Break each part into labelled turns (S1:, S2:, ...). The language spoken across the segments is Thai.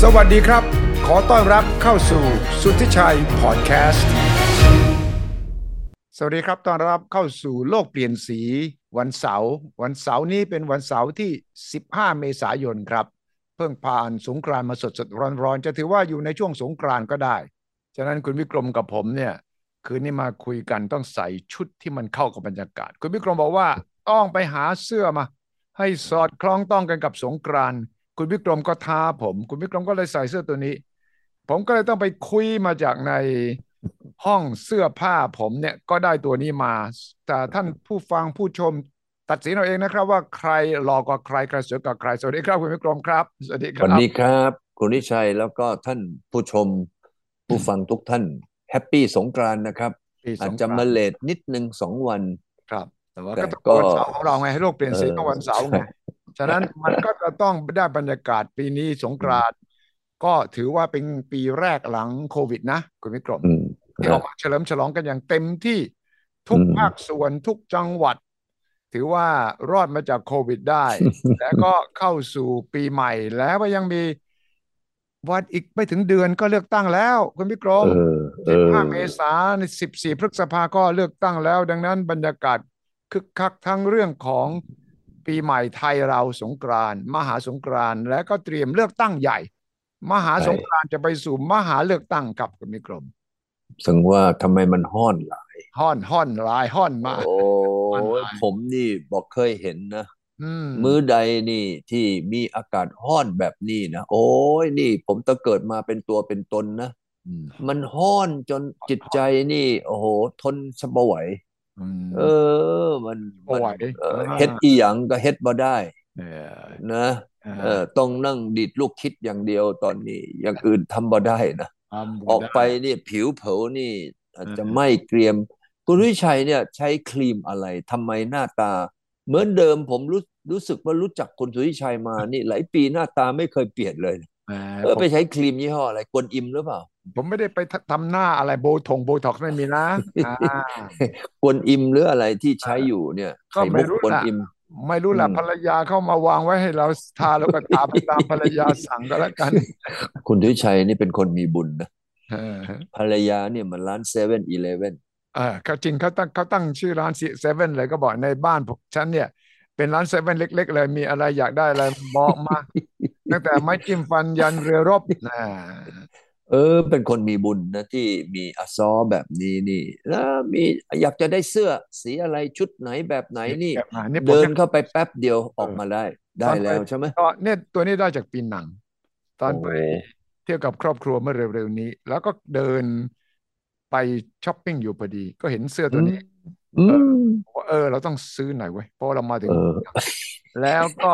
S1: สวัสดีครับ ขอต้อนรับเข้าสู่สุทธิชัยพอดแคสต์ สวัสดีครับ ต้อนรับเข้าสู่โลกเปลี่ยนสีวันเสาร์วันเสาร์นี้เป็นวันเสาร์ที่ 15 เมษายนครับ เพิ่งผ่านสงกรานต์มาสดๆร้อนๆ จะถือว่าอยู่ในช่วงสงกรานต์ก็ได้ ฉะนั้นคุณวิกรมกับผมเนี่ย คืนนี้มาคุยกันต้องใส่ชุดที่มันเข้ากับบรรยากาศ คุณวิกรมบอกว่าต้องไปหาเสื้อมา ให้สอดคล้องต้องกันกับสงกรานต์คุณวิกรมก็ท้าผม คุณวิกรมก็เลยใส่เสื้อตัวนี้ ผมก็เลยต้องไปคุยมาจากในห้องเสื้อผ้าผมเนี่ยก็ได้ตัวนี้มา แต่ท่านผู้ฟังผู้ชมตัดสินเอาเองนะครับ ว่าใครหลอกกว่าใครใครสวยกว่าใครสวัสดีครับคุณวิกรมครับสวัสดีค
S2: สวัส
S1: รับ
S2: ดีครับ คุณนิชัยแล้วก็ท่านผู้ชม ผู้ฟังทุกท่านแฮปปี้สงกรานต์นะครับ
S1: ปีส
S2: อาจ
S1: งก
S2: จะ
S1: รน
S2: มา
S1: ต์
S2: เลทนิดนึงสองวัน
S1: ครับแต่ว่า
S2: แต่
S1: ก็ต้องวัน
S2: ก็
S1: เสาร์ของเราไงให้โลกเปลี่ยนสี
S2: เออ
S1: ต้องวันเสาร์ไงฉะนั้นมันก็จะต้องได้บรรยากาศปีนี้สงกรานต์ก็ถือว่าเป็นปีแรกหลังโควิดนะ คุณวิกรม
S2: อืม
S1: ที่
S2: ฮะ
S1: ออกมาเฉลิมฉลองกันอย่างเต็มที่ทุก
S2: อืม
S1: ภาคส่วนทุกจังหวัด ถือว่ารอดมาจากโควิดได้ แล้วก็เข้าสู่ปีใหม่แล้วก็ยังมีวันอีกไม่ถึงเดือนก็เลือกตั้งแล้ว คุณวิกรม
S2: เออเอ
S1: สิบ
S2: อ
S1: ห้าเมษายนสิบสี่พฤษภาก็เลือกตั้งแล้ว ดังนั้นบรรยากาศคึกคักทั้งเรื่องของปีใหม่ไทยเราสงกรานต์มหาสงกรานต์และก็เตรียมเลือกตั้งใหญ่ มหา
S2: ใช่
S1: สงกรานต์จะไปสู่มหาเลือกตั้งกับคุณมิกรม
S2: สังว่าทำไมมันห้อนล่ะ
S1: ห้อนห้อนหลายห้อนมาก
S2: โอ้
S1: มันหลาย
S2: ยผมนี่บอกเคยเห็นนะ
S1: อืม
S2: มื้อใดนี่ที่มีอากาศห้อนแบบนี้นะ โอ้ยนี่ ผมตะเกิดมาเป็นตัวเป็นตนนะ
S1: ม
S2: มันห้อนจนจิตใจนี่ โอ้โห ทนสบไหว
S1: อืม
S2: เออ มัน
S1: บ่ไหว
S2: มันเอออา เฮ็ดอีหยังก็เฮ็ดบ่ได้
S1: เออ
S2: นะ
S1: เออ
S2: เออ ต้องนั่งดีดลูกคิดอย่างเดียวตอนนี้ อย่างอื่นทำบ่ได้นะ
S1: ทำบุญ
S2: ออก
S1: ด้
S2: ไปเนี่ยผิวเผานี่อาจจะ
S1: เออ
S2: ไหม้เกรียม คุณวิชัยเนี่ยใช้ครีมอะไรทำไมหน้าตา เหมือนเดิมผมรู้รู้สึกว่ารู้จักคุณสุวิชัยมานี่ หลายปีหน้าตาไม่เคยเปลี่ยนเลย
S1: แหม
S2: เออ
S1: ผม
S2: ไปใช้ครีมยี่ห้ออะไรกวนอิมหรือเปล่า
S1: ผมไม่ได้ไปทำหน้าอะไรโบทงโบท็อกไม่มีนะอ่า
S2: กวนอิมหรืออะไรที่ใช้อยู่เนี่ย
S1: ก็
S2: ไข่
S1: ไม่
S2: มุก
S1: รู้
S2: กวน
S1: ล่ะ
S2: อิม
S1: ไม่รู้ล่ะ
S2: อืม
S1: ภรรยาเข้ามาวางไว้ให้เราทาแล้วก็ทาไปตามภรรยาสั่งก็แล้ว กัน
S2: คุณทุยชัยนี่เป็นคนมีบุญนะ
S1: เออ
S2: ภรรยาเนี่ยมันร้านเซเว่นอีเลเว่น
S1: เออเขาจริงเขาตั้งเขาตั้งชื่อร้านเซเว่นเลยก็บอกในบ้านผมฉันเนี่ย เป็นร้านเซเว่นเล็ก ๆ เลยมีอะไรอยากได้อะไรบอก มา ตั้งแต่ไม้จิ้มฟันยันเรือรบนะ
S2: เออ เป็นคนมีบุญนะที่มีอาซอแบบนี้นี่ แล้วมีอยากจะได้เสื้อสีอะไรชุดไหนแบบไหนนี่
S1: แบบมานี่ผม
S2: เดิน
S1: เนี่ย
S2: เข้าไปแป๊บเดียวออก
S1: เออ
S2: มาได้
S1: ตอน
S2: ได้
S1: ไป
S2: แล้วใช่ไหม
S1: ก็เนี่ยตัวนี้ได้จากปีหนัง ตอน
S2: โอ้
S1: ไป
S2: โห
S1: เที่ยวกับครอบครัวเมื่อเร็วๆนี้ แล้วก็เดินไปช้อปปิ้งอยู่พอดี ก็เห็นเสื้อตั
S2: อื
S1: ว
S2: ม
S1: นี้
S2: อืม
S1: ว่าเออเราต้องซื้อหน่อยเว้ยเพราะเรามาถึ
S2: เอง อ
S1: แล้ว ก็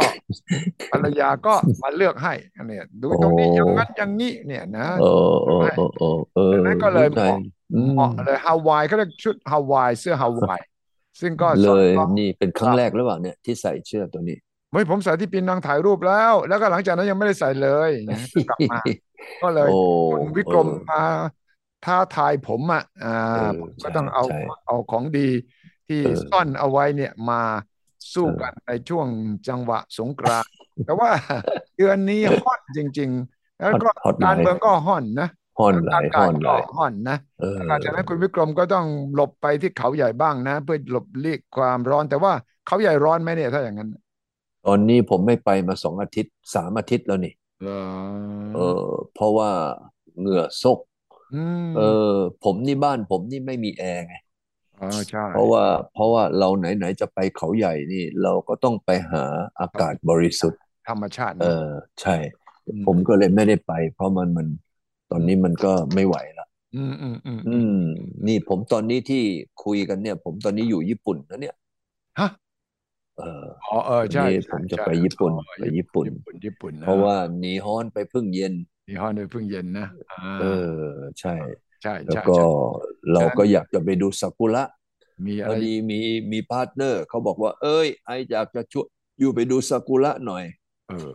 S1: ภรรยาก็มาเลือกให้อันเนี่ยดูตรงนี้อย่างนั้นอย่างนี้เนี่ยนะ
S2: เออเออเออเออเออ
S1: ดังนั้นก็เลย
S2: วิ
S1: เห
S2: จัย
S1: มาะ
S2: อื
S1: เห
S2: ม
S1: มาะเลยฮาวายเขาเรียกชุดฮาวายเสื้อฮาวาย ซึ่งก็
S2: เล
S1: สอด
S2: ย
S1: คล้อง
S2: นี่เป็นครั้งแรกหรือเปล่าเนี่ยที่ใส่เสื้อตัวนี้
S1: เฮ้ยผมใส่ที่ปีนังถ่ายรูปแล้ว แล้วก็หลังจากนั้นยังไม่ได้ใส่เลยนะกลับมา ก็เล
S2: โอ้
S1: ยคุณวิกรม
S2: เออ
S1: มาท้าทายผมอ่ะอ่า
S2: เออ
S1: ผมก็
S2: ใช่
S1: ต้องเอา
S2: ใช่
S1: เอาของดีที่
S2: เออ
S1: ซ่อนเอาไว้เนี่ยมาสู้
S2: เออ
S1: กันในช่วงจังหวะสงกรานต์แต่ว่า เดือนนี้ฮอตจริง ๆ แล้ว
S2: ฮอต
S1: ก็
S2: ฮอตห
S1: กา
S2: ลาร ย
S1: เมืองก็ฮอนนะ
S2: ฮอน
S1: แล้ว
S2: ห
S1: อา
S2: ลาย
S1: กาศก็
S2: ฮอนหลาย
S1: ฮอนนะ
S2: เออ
S1: หลังจากนั้นคุณวิกรมก็ต้องหลบไปที่เขาใหญ่บ้างนะ เพื่อหลบเลี่ยงความร้อนแต่ว่าเขาใหญ่ร้อนไหมเนี่ยถ้าอย่างนั้น
S2: ตอนนี้ผมไม่ไปมาสองอาทิตย์สามอาทิตย์แล้วนี่
S1: เหรอ
S2: เออ เพราะว่าเหงื่อซก
S1: อืม
S2: เออ ผมนี่บ้านผมนี่ไม่มีแอร์ไง
S1: อ๋อใช่
S2: เพราะว่าเพราะว่าเราไหนไหนจะไปเขาใหญ่นี่ เราก็ต้องไปหาอากาศบริสุทธิ์
S1: ธรรมชาติ
S2: เอ
S1: นะ
S2: อ ใช่
S1: อืม
S2: ผมก็เลยไม่ได้ไป เพราะมันมันตอนนี้มันก็ไม่ไหวละ
S1: อืมอืมอืม
S2: อื
S1: อืม
S2: ม นี่ผมตอนนี้ที่คุยกันเนี่ย ผมตอนนี้อยู่ญี่ปุ่นนะเนี่ย
S1: ฮะ
S2: เออ
S1: อ๋อเออ
S2: วัน
S1: ใช่
S2: นี้ผ
S1: ใช่
S2: มจะ
S1: ใช่
S2: ไปญี่
S1: อ๋อ
S2: ปุ่นไป
S1: ญี่
S2: ญี่
S1: ปุ่น
S2: ปุ่น
S1: ญี่ปุ่นญี่ปุ่นนะ
S2: เพราะว่าหนีฮ้อนไปเพิ่งเย็น
S1: ยี่ห้อเนี่ยเพิ่งเย็นนะอ่า
S2: เออใช่
S1: ใช่
S2: แล้ว
S1: ใช่
S2: ก็
S1: ใช่
S2: เรา
S1: ฉะนั้น
S2: ก็อยากจะไปดูซากุระ
S1: มี
S2: พ
S1: อะ
S2: อ
S1: ไร
S2: ดีมีมีพาร์ทเนอร์ เขาบอกว่า เอ้ย ไออยากจะชวนอยู่ไปดูซากุระหน่อย
S1: เออ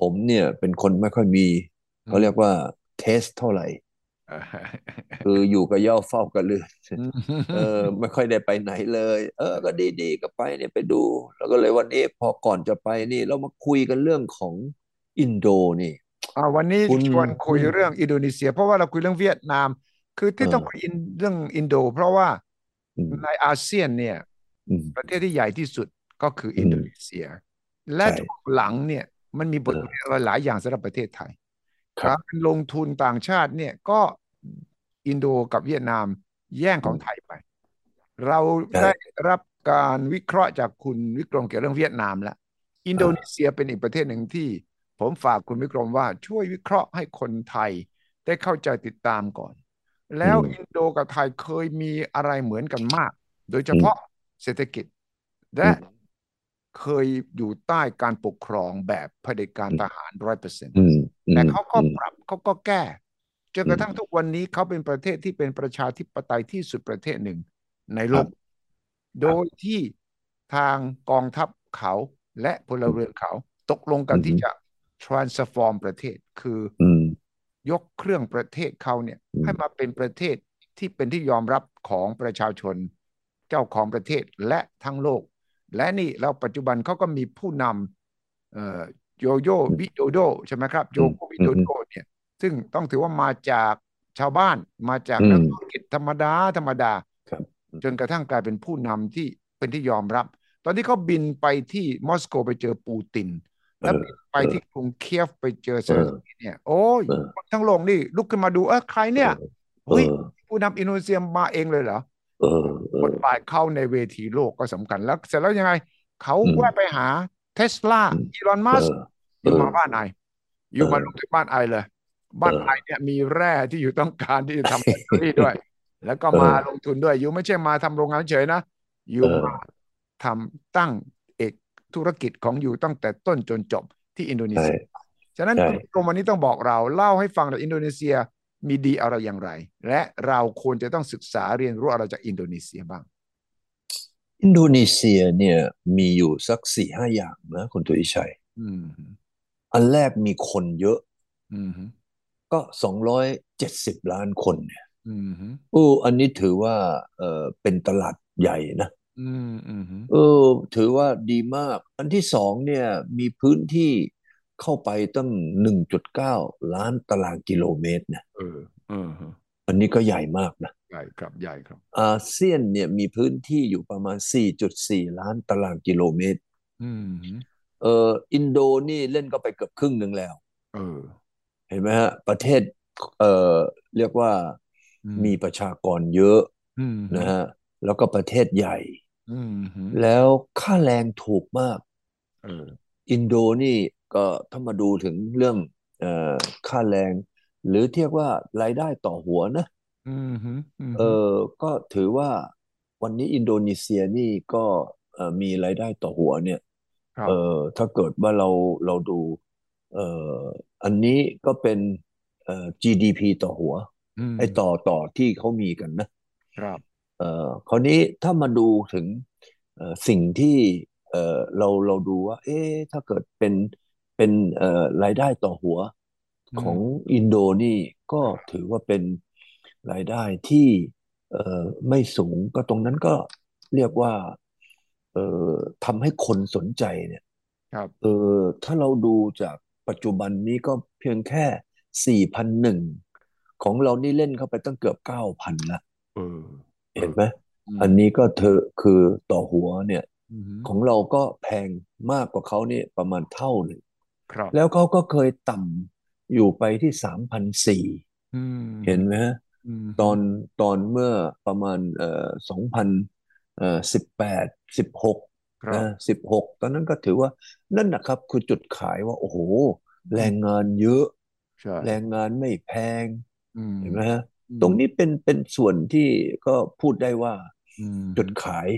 S2: ผมเนี่ยเป็นคนไม่ค่อยมี
S1: อื
S2: เขา
S1: ม
S2: เรียกว่าเทสเท่าไหร่
S1: เออ
S2: คืออยู่กับเหย่าเฝ้ากับเรือน
S1: อืม
S2: เออ ไม่ค่อยได้ไปไหนเลย เออ ก็ดีๆก็ไปเนี่ยไปดู แล้วก็เลยวันนี้พอก่อนจะไปนี่ เรามาคุยกันเรื่องของอินโดนี่
S1: อ่าวันนี้
S2: คุณ
S1: ชวนคุย
S2: อืม
S1: เรื่องอินโดนีเซีย เพราะว่าเราคุยเรื่องเวียดนาม คือที่
S2: เออ
S1: ต้องคุยอินเรื่องอินโด เพราะว่า
S2: อืม
S1: ในอาเซียนเนี่ย
S2: อืม
S1: ประเทศที่ใหญ่ที่สุดก็คือ
S2: อืม
S1: อินโดนีเซีย และ
S2: ใช่
S1: ช่วงหลังเนี่ยมันมีบทเรียนอะไรหลายอย่างสำหรับประเทศไทย
S2: ครั
S1: กา
S2: บ
S1: รลงทุนต่างชาติเนี่ยก็อินโดกับเวียดนามแย่งของไทยไป เราได้รับการวิเคราะห์จากคุณวิกรมเกี่ยวเรื่องเวียดนามแล้วอินโดนีเซียเป็นอีกประเทศหนึ่งที่ ผมฝากคุณวิกรมว่าช่วยวิเคราะห์ให้คนไทยได้เข้าใจติดตามก่อน แล้ว
S2: อืม
S1: อินโดกับไทยเคยมีอะไรเหมือนกันมาก โดยเฉพาะเศรษฐกิจ และ
S2: อืม
S1: เคยอยู่ใต้การปกครองแบบเผด็จการทหารร้อยเปอร์เซ็นต์
S2: อืมอืม
S1: แต่เขาก็
S2: อืม
S1: ปรับเขาก็แก้ จนกระทั่งทุกวันนี้เขาเป็นประเทศที่เป็นประชาธิปไตยที่สุดประเทศหนึ่งในโลก โดยที่ทางกองทัพเขาและพลเรือนเขา ตกลงกัน
S2: อือฮึ
S1: ที่จะ transform ประเทศคือ
S2: อืม
S1: ยกเครื่องประเทศเขาเนี่ย
S2: อืม
S1: ให้มาเป็นประเทศที่เป็นที่ยอมรับของประชาชน เจ้าของประเทศและทั้งโลก และนี่เราปัจจุบันเขาก็มีผู้นำเอ่อโยโย่วิโดโดใช่ไหมครับโยโกวิโดโดเนี่ยซึ่งต้องถือว่ามาจากชาวบ้านมาจาก
S2: อืม
S1: นักธุรกิจธรรมดา ธรรมดา
S2: ครับ
S1: จนกระทั่งกลายเป็นผู้นำที่เป็นที่ยอมรับ ตอนที่เขาบินไปที่มอสโกไปเจอปูติน แล้วบินไปที่กรุงเคียฟไปเจอเซเลนสกี้เนี่ยโอ้ย
S2: เออ
S1: ทั้งโลกนี่ลุกขึ้นมาดูเออใครเนี่ย
S2: เอ
S1: เฮ้ย
S2: อ
S1: ผู้นำอินโดนีเซียมาเองเลยเหรอ
S2: เออเออ
S1: บทบาทเข้าในเวทีโลกก็สำคัญแล้วเสร็จแล้วยังไง เขา
S2: อืม
S1: แวะไปหาเทสลา
S2: อืม
S1: อีลอน
S2: เอ
S1: มัส
S2: อ
S1: ก์อยู่มาบ้านไออยู่มาลงที่บ้านไอเลย บ้าน
S2: เออ
S1: ไอเนี่ยมีแร่ที่อยู่ต้องการที่จะทำแบตเตอรี่ ด้วย แล้วก็
S2: เออ
S1: มาลงทุนด้วยอยู่ไม่ใช่มาทำโรงงานเฉยนะ อยู่
S2: เออ
S1: มาทำตั้งเอกธุรกิจของอยู่ตั้งแต่ต้นจนจบที่อินโดนี
S2: ใช่
S1: เซีย ฉะนั้น
S2: ใช่
S1: คุณผู้ชมวันนี้ต้องบอกเราเล่าให้ฟังหน่อยอินโดนีเซียมีดีอะไรอย่างไร และเราควรจะต้องศึกษาเรียนรู้อะไรจากอินโดนีเซียบ้าง
S2: อินโดนีเซียเนี่ยมีอยู่สักสี่ห้าอย่างนะคุณตุยชัย
S1: อืม
S2: อันแรกมีคนเยอะ
S1: อืม
S2: ก็สองร้อยเจ็ดสิบล้านคนเนี่ย
S1: อืม
S2: อู้อันนี้ถือว่าเออเป็นตลาดใหญ่นะ
S1: อืมอืม
S2: เออถือว่าดีมาก อันที่สองเนี่ยมีพื้นที่เข้าไปตั้งหนึ่งจุดเก้าล้านตารางกิโลเมตรนะ
S1: เออเออ
S2: อันนี้ก็ใหญ่มากนะ
S1: ใหญ่ครับใหญ่ครับ
S2: อาเซียนเนี่ยมีพื้นที่อยู่ประมาณ 4.4 ล้านตารางกิโลเมตร
S1: อืม
S2: เอออินโดนี่เล่นก็ไปเกือบครึ่งหนึ่งแล้ว
S1: เออ
S2: เห็นไหมฮะ ประเทศเออเรียกว่า
S1: อืม
S2: มีประชากรเยอะ
S1: อืม
S2: นะฮะ แล้วก็ประเทศใหญ่
S1: อืม
S2: แล้วค่าแรงถูกมาก
S1: เออ
S2: อินโดนี่ก็ถ้ามาดูถึงเรื่องเอ่อค่าแรง หรือเทียกว่ารายได้ต่อหัวนะ
S1: อืมอืม
S2: เออก็ถือว่าวันนี้อินโดนีเซียนี่ก็เอ่อมีรายได้ต่อหัวเนี่ย
S1: ครับ
S2: เออถ้าเกิดว่าเราเราดูเอ่ออันนี้ก็เป็นเอ่อ GDP ต่อหัว
S1: อืม
S2: ไอ้ต่อต่อที่เขามีกันนะครับ เอ่อคราวนี้ถ้ามาดูถึงเอ่อสิ่งที่เอ่อเราเราดูว่า เอ๊ะถ้าเกิดเป็นเป็นเอ่อรายได้ต่อหัว ของอินโดนี่ก็ถือว่าเป็นรายได้ที่เอ่อไม่สูงก็ตรงนั้นก็เรียกว่าเอ่อทำให้คนสนใจเนี่ย
S1: ครับ
S2: เออถ้าเราดูจากปัจจุบันนี้ก็เพียงแค่สี่พันหนึ่งของเรานี่เล่นเข้าไปตั้งเกือบเก้าพันละ
S1: เออ
S2: เห็นไหมอันนี้ก็เธอคือต่อหัวเนี่ย ของเราก็แพงมากกว่าเขาเนี่ยประมาณเท่าหนึ่ง
S1: ครับ
S2: แล้วเขาก็เคยต่ำอยู่ไปที่สามพันสี่
S1: อืม
S2: เห็นไหมฮะตอนตอนเมื่อประมาณเอ่อสองพันเอ่อสิบแปดสิบหก
S1: ครับ
S2: นะสิบหกตอนนั้นก็ถือว่านั่นนะครับคือจุดขายว่า โอ้โห แรงงานเยอะ
S1: ใช่
S2: แรงงานไม่แพง
S1: อืม
S2: เห็นไหมฮะตรงนี้เป็นเป็นส่วนที่ก็พูดได้ว่า
S1: อืม
S2: จุดขาย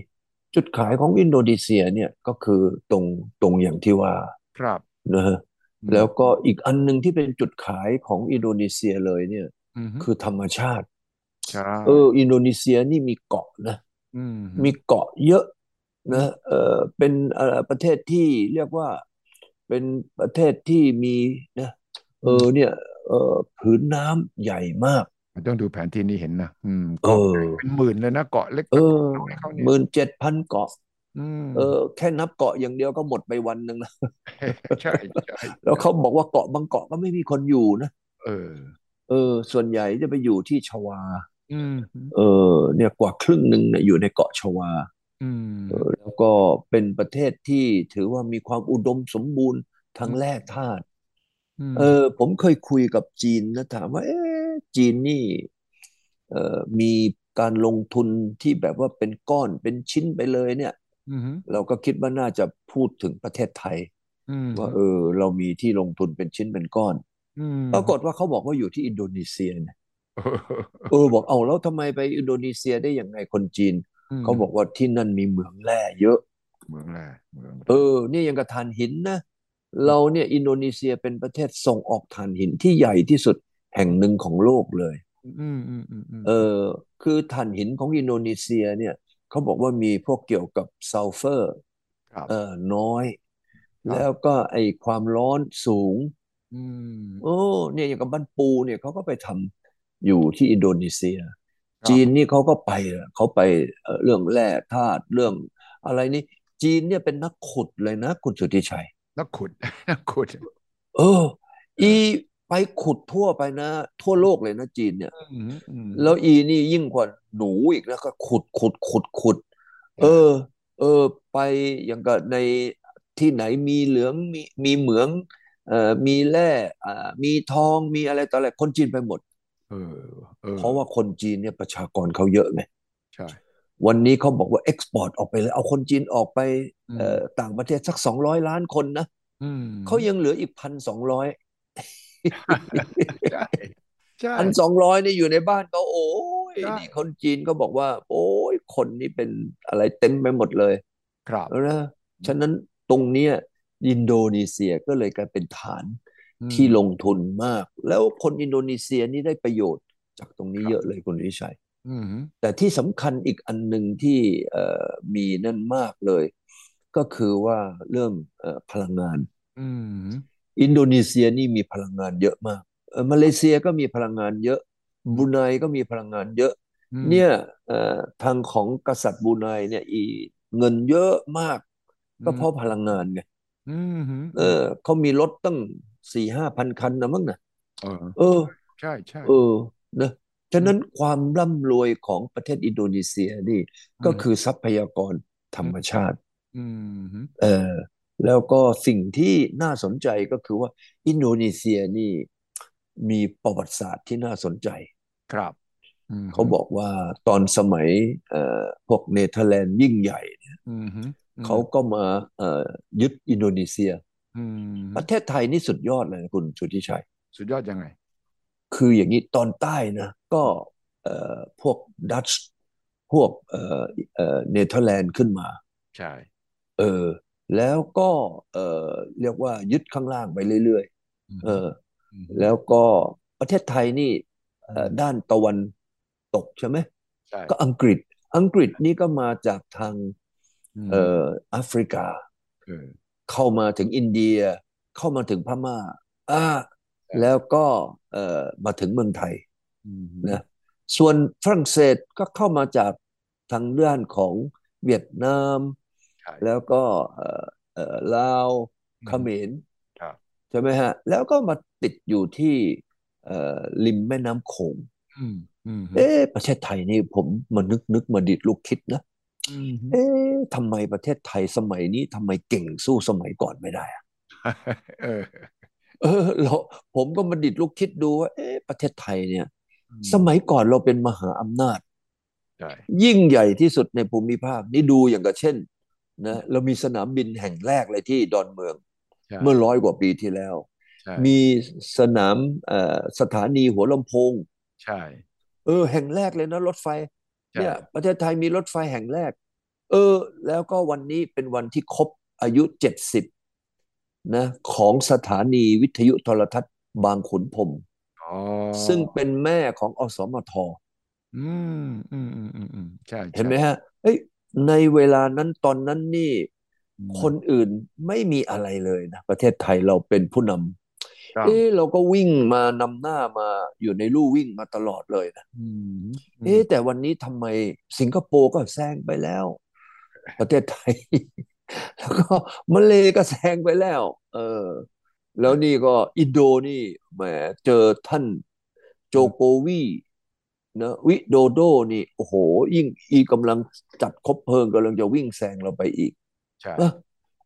S2: จุดขายของอินโดนีเซียเนี่ยก็คือตรงตรงอย่างที่ว่า
S1: ครับ
S2: นะฮะ
S1: อืม
S2: แล้วก็อีกอันหนึ่งที่เป็นจุดขายของอินโดนีเซียเลยเนี่ย
S1: อืม
S2: คือธรรมชาติ
S1: ใช่
S2: เออ อินโดนีเซียนี่มีเกาะนะ
S1: ม
S2: มีเกาะเยอะนะ เออเป็นเอ่อประเทศที่เรียกว่าเป็นประเทศที่มีนะ เออเนี่ย เออผืนน้ำใหญ่มาก
S1: ต้องดูแผนที่นี้เห็นนะอืม
S2: เอ
S1: เกาะ
S2: อ
S1: เป็นหมื่นเลยนะเกาะเล็ก
S2: เออ
S1: น้อยเขาเนี่ย
S2: หมื่นเจ็ดพันเกาะ
S1: อืม
S2: เออแค่นับเกาะอย่างเดียวก็หมดไปวันหนึ่งแล้ว
S1: ใช่ใช่
S2: แล้วเขาบอกว่าเกาะบางเกาะก็ไม่มีคนอยู่นะ
S1: เออ
S2: เออ ส่วนใหญ่จะไปอยู่ที่ชวา
S1: อืม
S2: เออ เนี่ยกว่าครึ่งหนึ่งเนี่ยอยู่ในเกาะชวา
S1: อืม
S2: เออแล้วก็เป็นประเทศที่ถือว่ามีความอุดมสมบูรณ์ทางแร่ธาตุ
S1: อืม
S2: เออ ผมเคยคุยกับจีนนะถามว่า เอ๊ะจีนนี่ เอ่อมีการลงทุนที่แบบว่าเป็นก้อนเป็นชิ้นไปเลยเนี่ย
S1: อืม
S2: เราก็คิดว่าน่าจะพูดถึงประเทศไทย
S1: อืม
S2: ว่าเออ เรามีที่ลงทุนเป็นชิ้นเป็นก้อน
S1: อืม
S2: ปรากฏว่าเขาบอกว่าอยู่ที่อินโดนีเซียนะ
S1: เออ
S2: เออบอกเอาแล้วทำไมไปอินโดนีเซียได้ยังไงคนจีน เขาบอกว่าที่นั่นมีเหมืองแร่เยอะ
S1: เมืองแร่เมืองแร่
S2: เออเนี่ยยังกับถ่านหินนะ เราเนี่ยอินโดนีเซียเป็นประเทศส่งออกถ่านหินที่ใหญ่ที่สุดแห่งหนึ่งของโลกเลย
S1: อืมอืมอืมอืม
S2: เออคือถ่านหินของอินโดนีเซียเนี่ยเขาบอกว่ามีพวกเกี่ยวกับซัลเฟอร์
S1: ครับ
S2: เออน้อย
S1: ครับ
S2: แล้วก็ไอความร้อนสูง
S1: อืม
S2: โอ้เนี่ยอย่างกับบ้านปูเนี่ยเขาก็ไปทำอยู่ที่อินโดนีเซีย
S1: ครับ
S2: จีนนี่เขาก็ไปอะเขาไปเอ่อเรื่องแร่ธาตุเรื่องอะไรนี่ จีนเนี่ยเป็นนักขุดเลยนะคุณสุทธิชัย
S1: นักขุด นักขุด
S2: เออ อีไปขุดทั่วไปนะ ทั่วโลกเลยนะจีนเนี่ย
S1: อืมอืม
S2: แล้วอีนี่ยิ่งกว่าหนูอีกแล้วก็ขุดขุดขุดขุด
S1: เออ
S2: เออ เออ ไปอย่างกับในที่ไหนมีเหลืองมีมีเหมือง เอ่อมีแร่อ่ามีทองมีอะไรต่ออะไรคนจีนไปหมด
S1: เออเออ
S2: เพราะว่าคนจีนเนี่ยประชากรเขาเยอะไง
S1: ใช่
S2: วันนี้เขาบอกว่าเอ็กซ์พอร์ตออกไปเลยเอาคนจีนออกไป
S1: อืม
S2: เอ่อต่างประเทศสักสองร้อยล้านคนนะ
S1: อืม
S2: เขายังเหลืออีกพันสองร้อย
S1: ใช่ใช่
S2: พันสองร้อยนี่อยู่ในบ้านเขาโอ้ย
S1: ใช่
S2: นี่คนจีนก็บอกว่า โอ้ยคนนี่เป็นอะไรเต็มไปหมดเลย
S1: ครับ
S2: แล้วนะฉะนั้นตรงเนี้ยอินโดนีเซียก็เลยกลายเป็นฐานที่ลงทุนมาก แล้วคนอินโดนีเซียนี่ได้ประโยชน์จากตรง
S1: ค
S2: นี้
S1: รับ
S2: เยอะเลยคุณวิชัย
S1: อืม
S2: แต่ที่สำคัญอีกอันหนึ่งที่เอ่อมีนั่นมากเลย ก็คือว่าเรื่องเอ่อพลังงาน
S1: อืม
S2: อินโดนีเซียนี่มีพลังงานเยอะมากเอ่อมาเลเซียก็มีพลังงานเยอะบรูไนก็มีพลังงานเยอะ
S1: อืม
S2: เนี่ยเอ่อทางของกษัตริย์บรูไนเนี่ยอีเงินเยอะมาก ก็เพราะพลังงานไง
S1: อืมอืม
S2: เออเขามีรถตั้งสี่ห้าพันคันนะมั้งนะ
S1: เออ
S2: เออ
S1: ใช่ใช่
S2: เออนะฉะนั้นความร่ำรวยของประเทศอินโดนีเซียนี่
S1: อืม
S2: ก็คือทรัพยากรธรรมชาติ
S1: อืม
S2: เออแล้วก็สิ่งที่น่าสนใจก็คือว่าอินโดนีเซียนี่มีประวัติศาสตร์ที่น่าสนใจ
S1: ครับม
S2: เขาบอกว่าตอนสมัยเอ่อพวกเนเธอร์แลนด์ยิ่งใหญ่เนี่ย
S1: อืมอืม
S2: เขาก็มาเอ่อยึดอินโดนีเซีย
S1: อืม
S2: ประเทศไทยนี่สุดยอดเลยนะคุณสุทธิชัย
S1: สุดยอดยังไง
S2: คืออย่างนี้ตอนใต้นะก็เอ่อพวกดัตช์พวกเอ่อเอ่อเนเธอร์แลนด์ขึ้นมา
S1: ใช่
S2: เออแล้วก็เอ่อเรียกว่ายึดข้างล่างไปเรื่อยๆเออ
S1: ม
S2: แล้วก็ประเทศไทยนี่เอ่อ
S1: อืม
S2: ด้านตะวันตกใช่ไหม
S1: ใช่
S2: ก็อังกฤษ อังกฤษนี่ก็มาจากทาง
S1: ม
S2: เอ่อแอฟริกา
S1: เออ
S2: เข้ามาถึงอินเดีย เข้ามาถึงพม่าอ่า
S1: ช่
S2: แล้วก็เอ่อมาถึงเมืองไทย
S1: อืม
S2: นะส่วนฝรั่งเศสก็เข้ามาจากทางด้านของเวียดนาม
S1: ใช่
S2: แล้วก็เอ่อเอ่อลาวเขมร
S1: ครับ
S2: ใช่ไหมฮะ แล้วก็มาติดอยู่ที่เอ่อริมแม่น้ำโขง
S1: อืมอืม
S2: เอ๊ะประเทศไทยนี่ผมมานึกนึกมาดิดลูกคิดนะ
S1: อืม
S2: เอ๊ะทำไมประเทศไทยสมัยนี้ทำไมเก่งสู้สมัยก่อนไม่ได้อะ
S1: เออ
S2: เอ อเราผมก็มาดิดลูกคิดดูว่าเอ๊ะประเทศไทยเนี่ย
S1: อื
S2: สมัยก่อนเราเป็นมหาอำนาจ
S1: ใช่
S2: ยิ่งใหญ่ที่สุดในภูมิภาคนี่ดูอย่างกับเช่นนะเรามีสนามบินแห่งแรกเลยที่ดอนเมือง
S1: ใช่
S2: เมื่อร้อยกว่าปีที่แล้ว
S1: ใช่
S2: มีสนามเอ่อสถานีหัวลำโพง
S1: ใช่
S2: เออแห่งแรกเลยนะรถไฟ
S1: ใช่
S2: เนี่ย ประเทศไทยมีรถไฟแห่งแรก เออ แล้วก็วันนี้เป็นวันที่ครบอายุเจ็ดสิบนะ ของสถานีวิทยุโทรทัศน์บางขุนพรหม
S1: อ๋อ
S2: ซึ่งเป็นแม่ของอสมท
S1: อืมอืมอืมอืมอืมใช่
S2: เห็นไหม
S1: ใช่
S2: ฮะเอ้ยในเวลานั้นตอนนั้นนี่
S1: อืม
S2: คนอื่นไม่มีอะไรเลยนะ ประเทศไทยเราเป็นผู้
S1: ครั
S2: นำ
S1: บ
S2: เอ๊ะเราก็วิ่งมานำหน้ามาอยู่ในลู่วิ่งมาตลอดเลยนะ
S1: อืมอืม
S2: เอ๊ะแต่วันนี้ทำไมสิงคโปร์ก็แซงไปแล้ว ประเทศไทย แล้วก็มาเลยก็แซงไปแล้ว เออ แล้วนี่ก็อินโดนี่แหมเจอท่านโจโกวีนะวิโดโดนี่ โอ้โห ยิ่งอีกำลังจัดคบเพลิงกำลังจะวิ่งแซงเราไปอีก
S1: ใช่
S2: นะ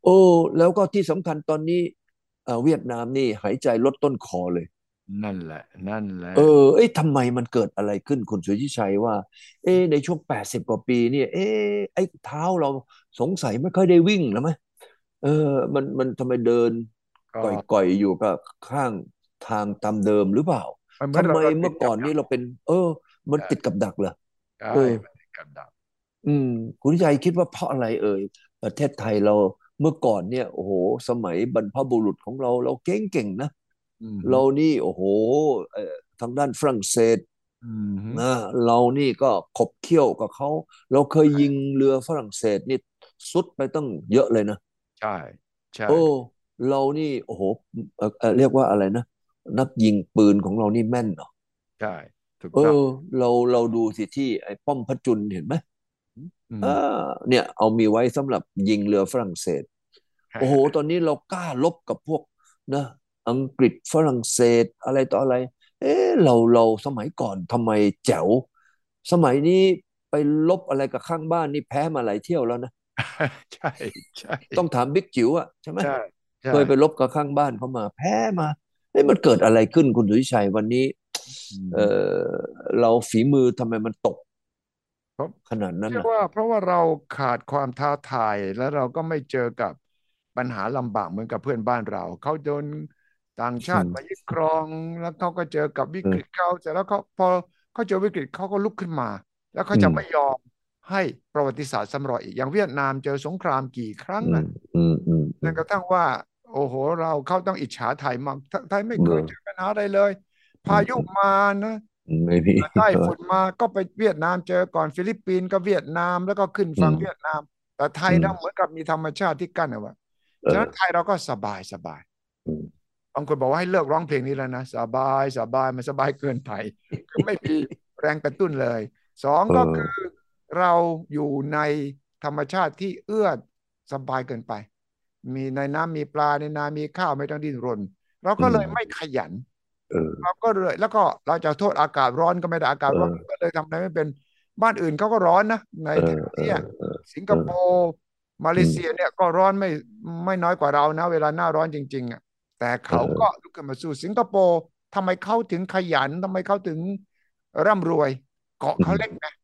S2: โอ้แล้วก็ที่สำคัญตอนนี้เอ่อเวียดนามนี่หายใจลดต้นคอเลย
S1: นั่นแหละ นั่นแหละ
S2: เออเอ้ยทำไมมันเกิดอะไรขึ้นคุณสุทธิชัยว่า เอ้ในช่วงแปดสิบกว่าปีเนี่ย เอ้ไอ้เท้าเราสงสัยไม่ค่อยได้วิ่งแล้วไหมเออ มันมันทำไมเดิน
S1: ก็
S2: ก่อยๆอยู่กับข้างทางตามเดิมหรือเปล่า
S1: หอน
S2: ทำไม
S1: รา
S2: เมื่อก่อนนี่เราเป็น เออ มันติดกับดักเหรอ
S1: ใช่
S2: เออ
S1: มันติดกับดัก
S2: อืมคุณยายคิดว่าเพราะอะไรเอ่ยประเทศไทยเราเมื่อก่อนเนี่ยโอ้โห สมัยบรรพบุรุษของเราเราเก่งๆนะ
S1: อืม
S2: เรานี่โอ้โหเอ่อทางด้านฝรั่งเศส
S1: อืม
S2: นะเรานี่ก็ขบเคี้ยวกับเขาเราเคยยิงเรือฝรั่งเศสนี่สุดไปตั้งเยอะเลยนะ
S1: ใช่ใช่
S2: โอ้เรานี่โอ้โหเอ่อเอ่อเรียกว่าอะไรนะนักยิงปืนของเรานี่แม่นเนาะ
S1: ใช่ถูก
S2: เอ
S1: ต้อง
S2: อ เราเราดูสิที่ไอ้ป้อมพระจุลเห็นไหม
S1: ม
S2: เออเนี่ยเอามีไว้สำหรับยิงเรือฝรั่งเศส โอ้โห ตอนนี้เรากล้าลบกับพวกนะอังกฤษฝรั่งเศสอะไรต่ออะไร เอ๊ะเราเราสมัยก่อนทำไมแจ๋ว สมัยนี้ไปลบอะไรกับข้างบ้านนี่แพ้มาหลายเที่ยวแล้วนะ
S1: ใช่ใช่
S2: ต้องถามบิ๊กจิ๋วอะใช่ไหม
S1: ใช่ใช่
S2: เคยไปลบกับข้างบ้านเขามา แพ้มาเอ๊ะมันเกิดอะไรขึ้นคุณสุทธิชัยวันนี้
S1: ม
S2: เออเราฝีมือทำไมมันตก
S1: ครับ
S2: ขนาดนั้น
S1: เชื่อ
S2: น่ะ
S1: ว่าเพราะว่าเราขาดความท้าทายและเราก็ไม่เจอกับปัญหาลำบากเหมือนกับเพื่อนบ้านเรา เขาโดนต่างชาติ
S2: อืม
S1: มายึดครอง แล้วเขาก็เจอกับวิกฤตเขาเสร็จแล้วเขาพอเขาเจอวิกฤตเขาก็ลุกขึ้นมา แล้วเขาจะ
S2: อืม
S1: ไม่ยอมให้ประวัติศาสตร์ซ้ำรอยอีกอย่างเวียดนามเจอสงครามกี่ครั้ง
S2: อื
S1: อะ
S2: มอืมอืม
S1: จ
S2: อื
S1: น
S2: ม
S1: กระทั่งว่า โอ้โห เราเขาต้องอิจฉาไทยมากไทยไม่เคยเจอปัญหาอะไรเลย พายุมานะ
S2: ไม่มี
S1: ไต้ฝุ่นมาก็ไปเวียดนามเจอก่อนฟิลิปปินส์ก็เวียดนามแล้วก็ขึ้นฝั่งเวียดนาม แต่ไทยเราเหมือนกับมีธรรมชาติที่กั้นเอาไว้
S2: เออ
S1: ฉะนั้นไทยเราก็สบายสบาย
S2: อืม
S1: บางคนบอกว่าให้เลิกร้องเพลงนี้แล้วนะสบายสบายมันสบายเกินไปคือไม่ มีแรงกระตุ้นเลยสองก็คือเราอยู่ในธรรมชาติที่เอื้อสบายเกินไป มีในน้ำมีปลาในนา มีข้าวไม่ต้องดิ้นรน เราก็เลยไม่ขยัน
S2: เออ
S1: เราก็เลยแล้วก็เราจะโทษอากาศร้อนก็ไม่ได้อากาศร้อน
S2: เออ
S1: ก็เลยทำอะไรไม่เป็นบ้านอื่นเขาก็ร้อนนะใน
S2: เออ
S1: แถบเนี่ย
S2: เออ
S1: สิงคโปร์มาเลเซียเนี่ยก็ร้อนไม่ไม่น้อยกว่าเรานะ เวลาหน้าร้อนจริงๆอ่ะแต่เขาก็ลุกขึ้นมาสู้สิงคโปร์ทำไมเขาถึงขยันทำไมเขาถึงร่ำรวย เกาะเขาเล็กนะ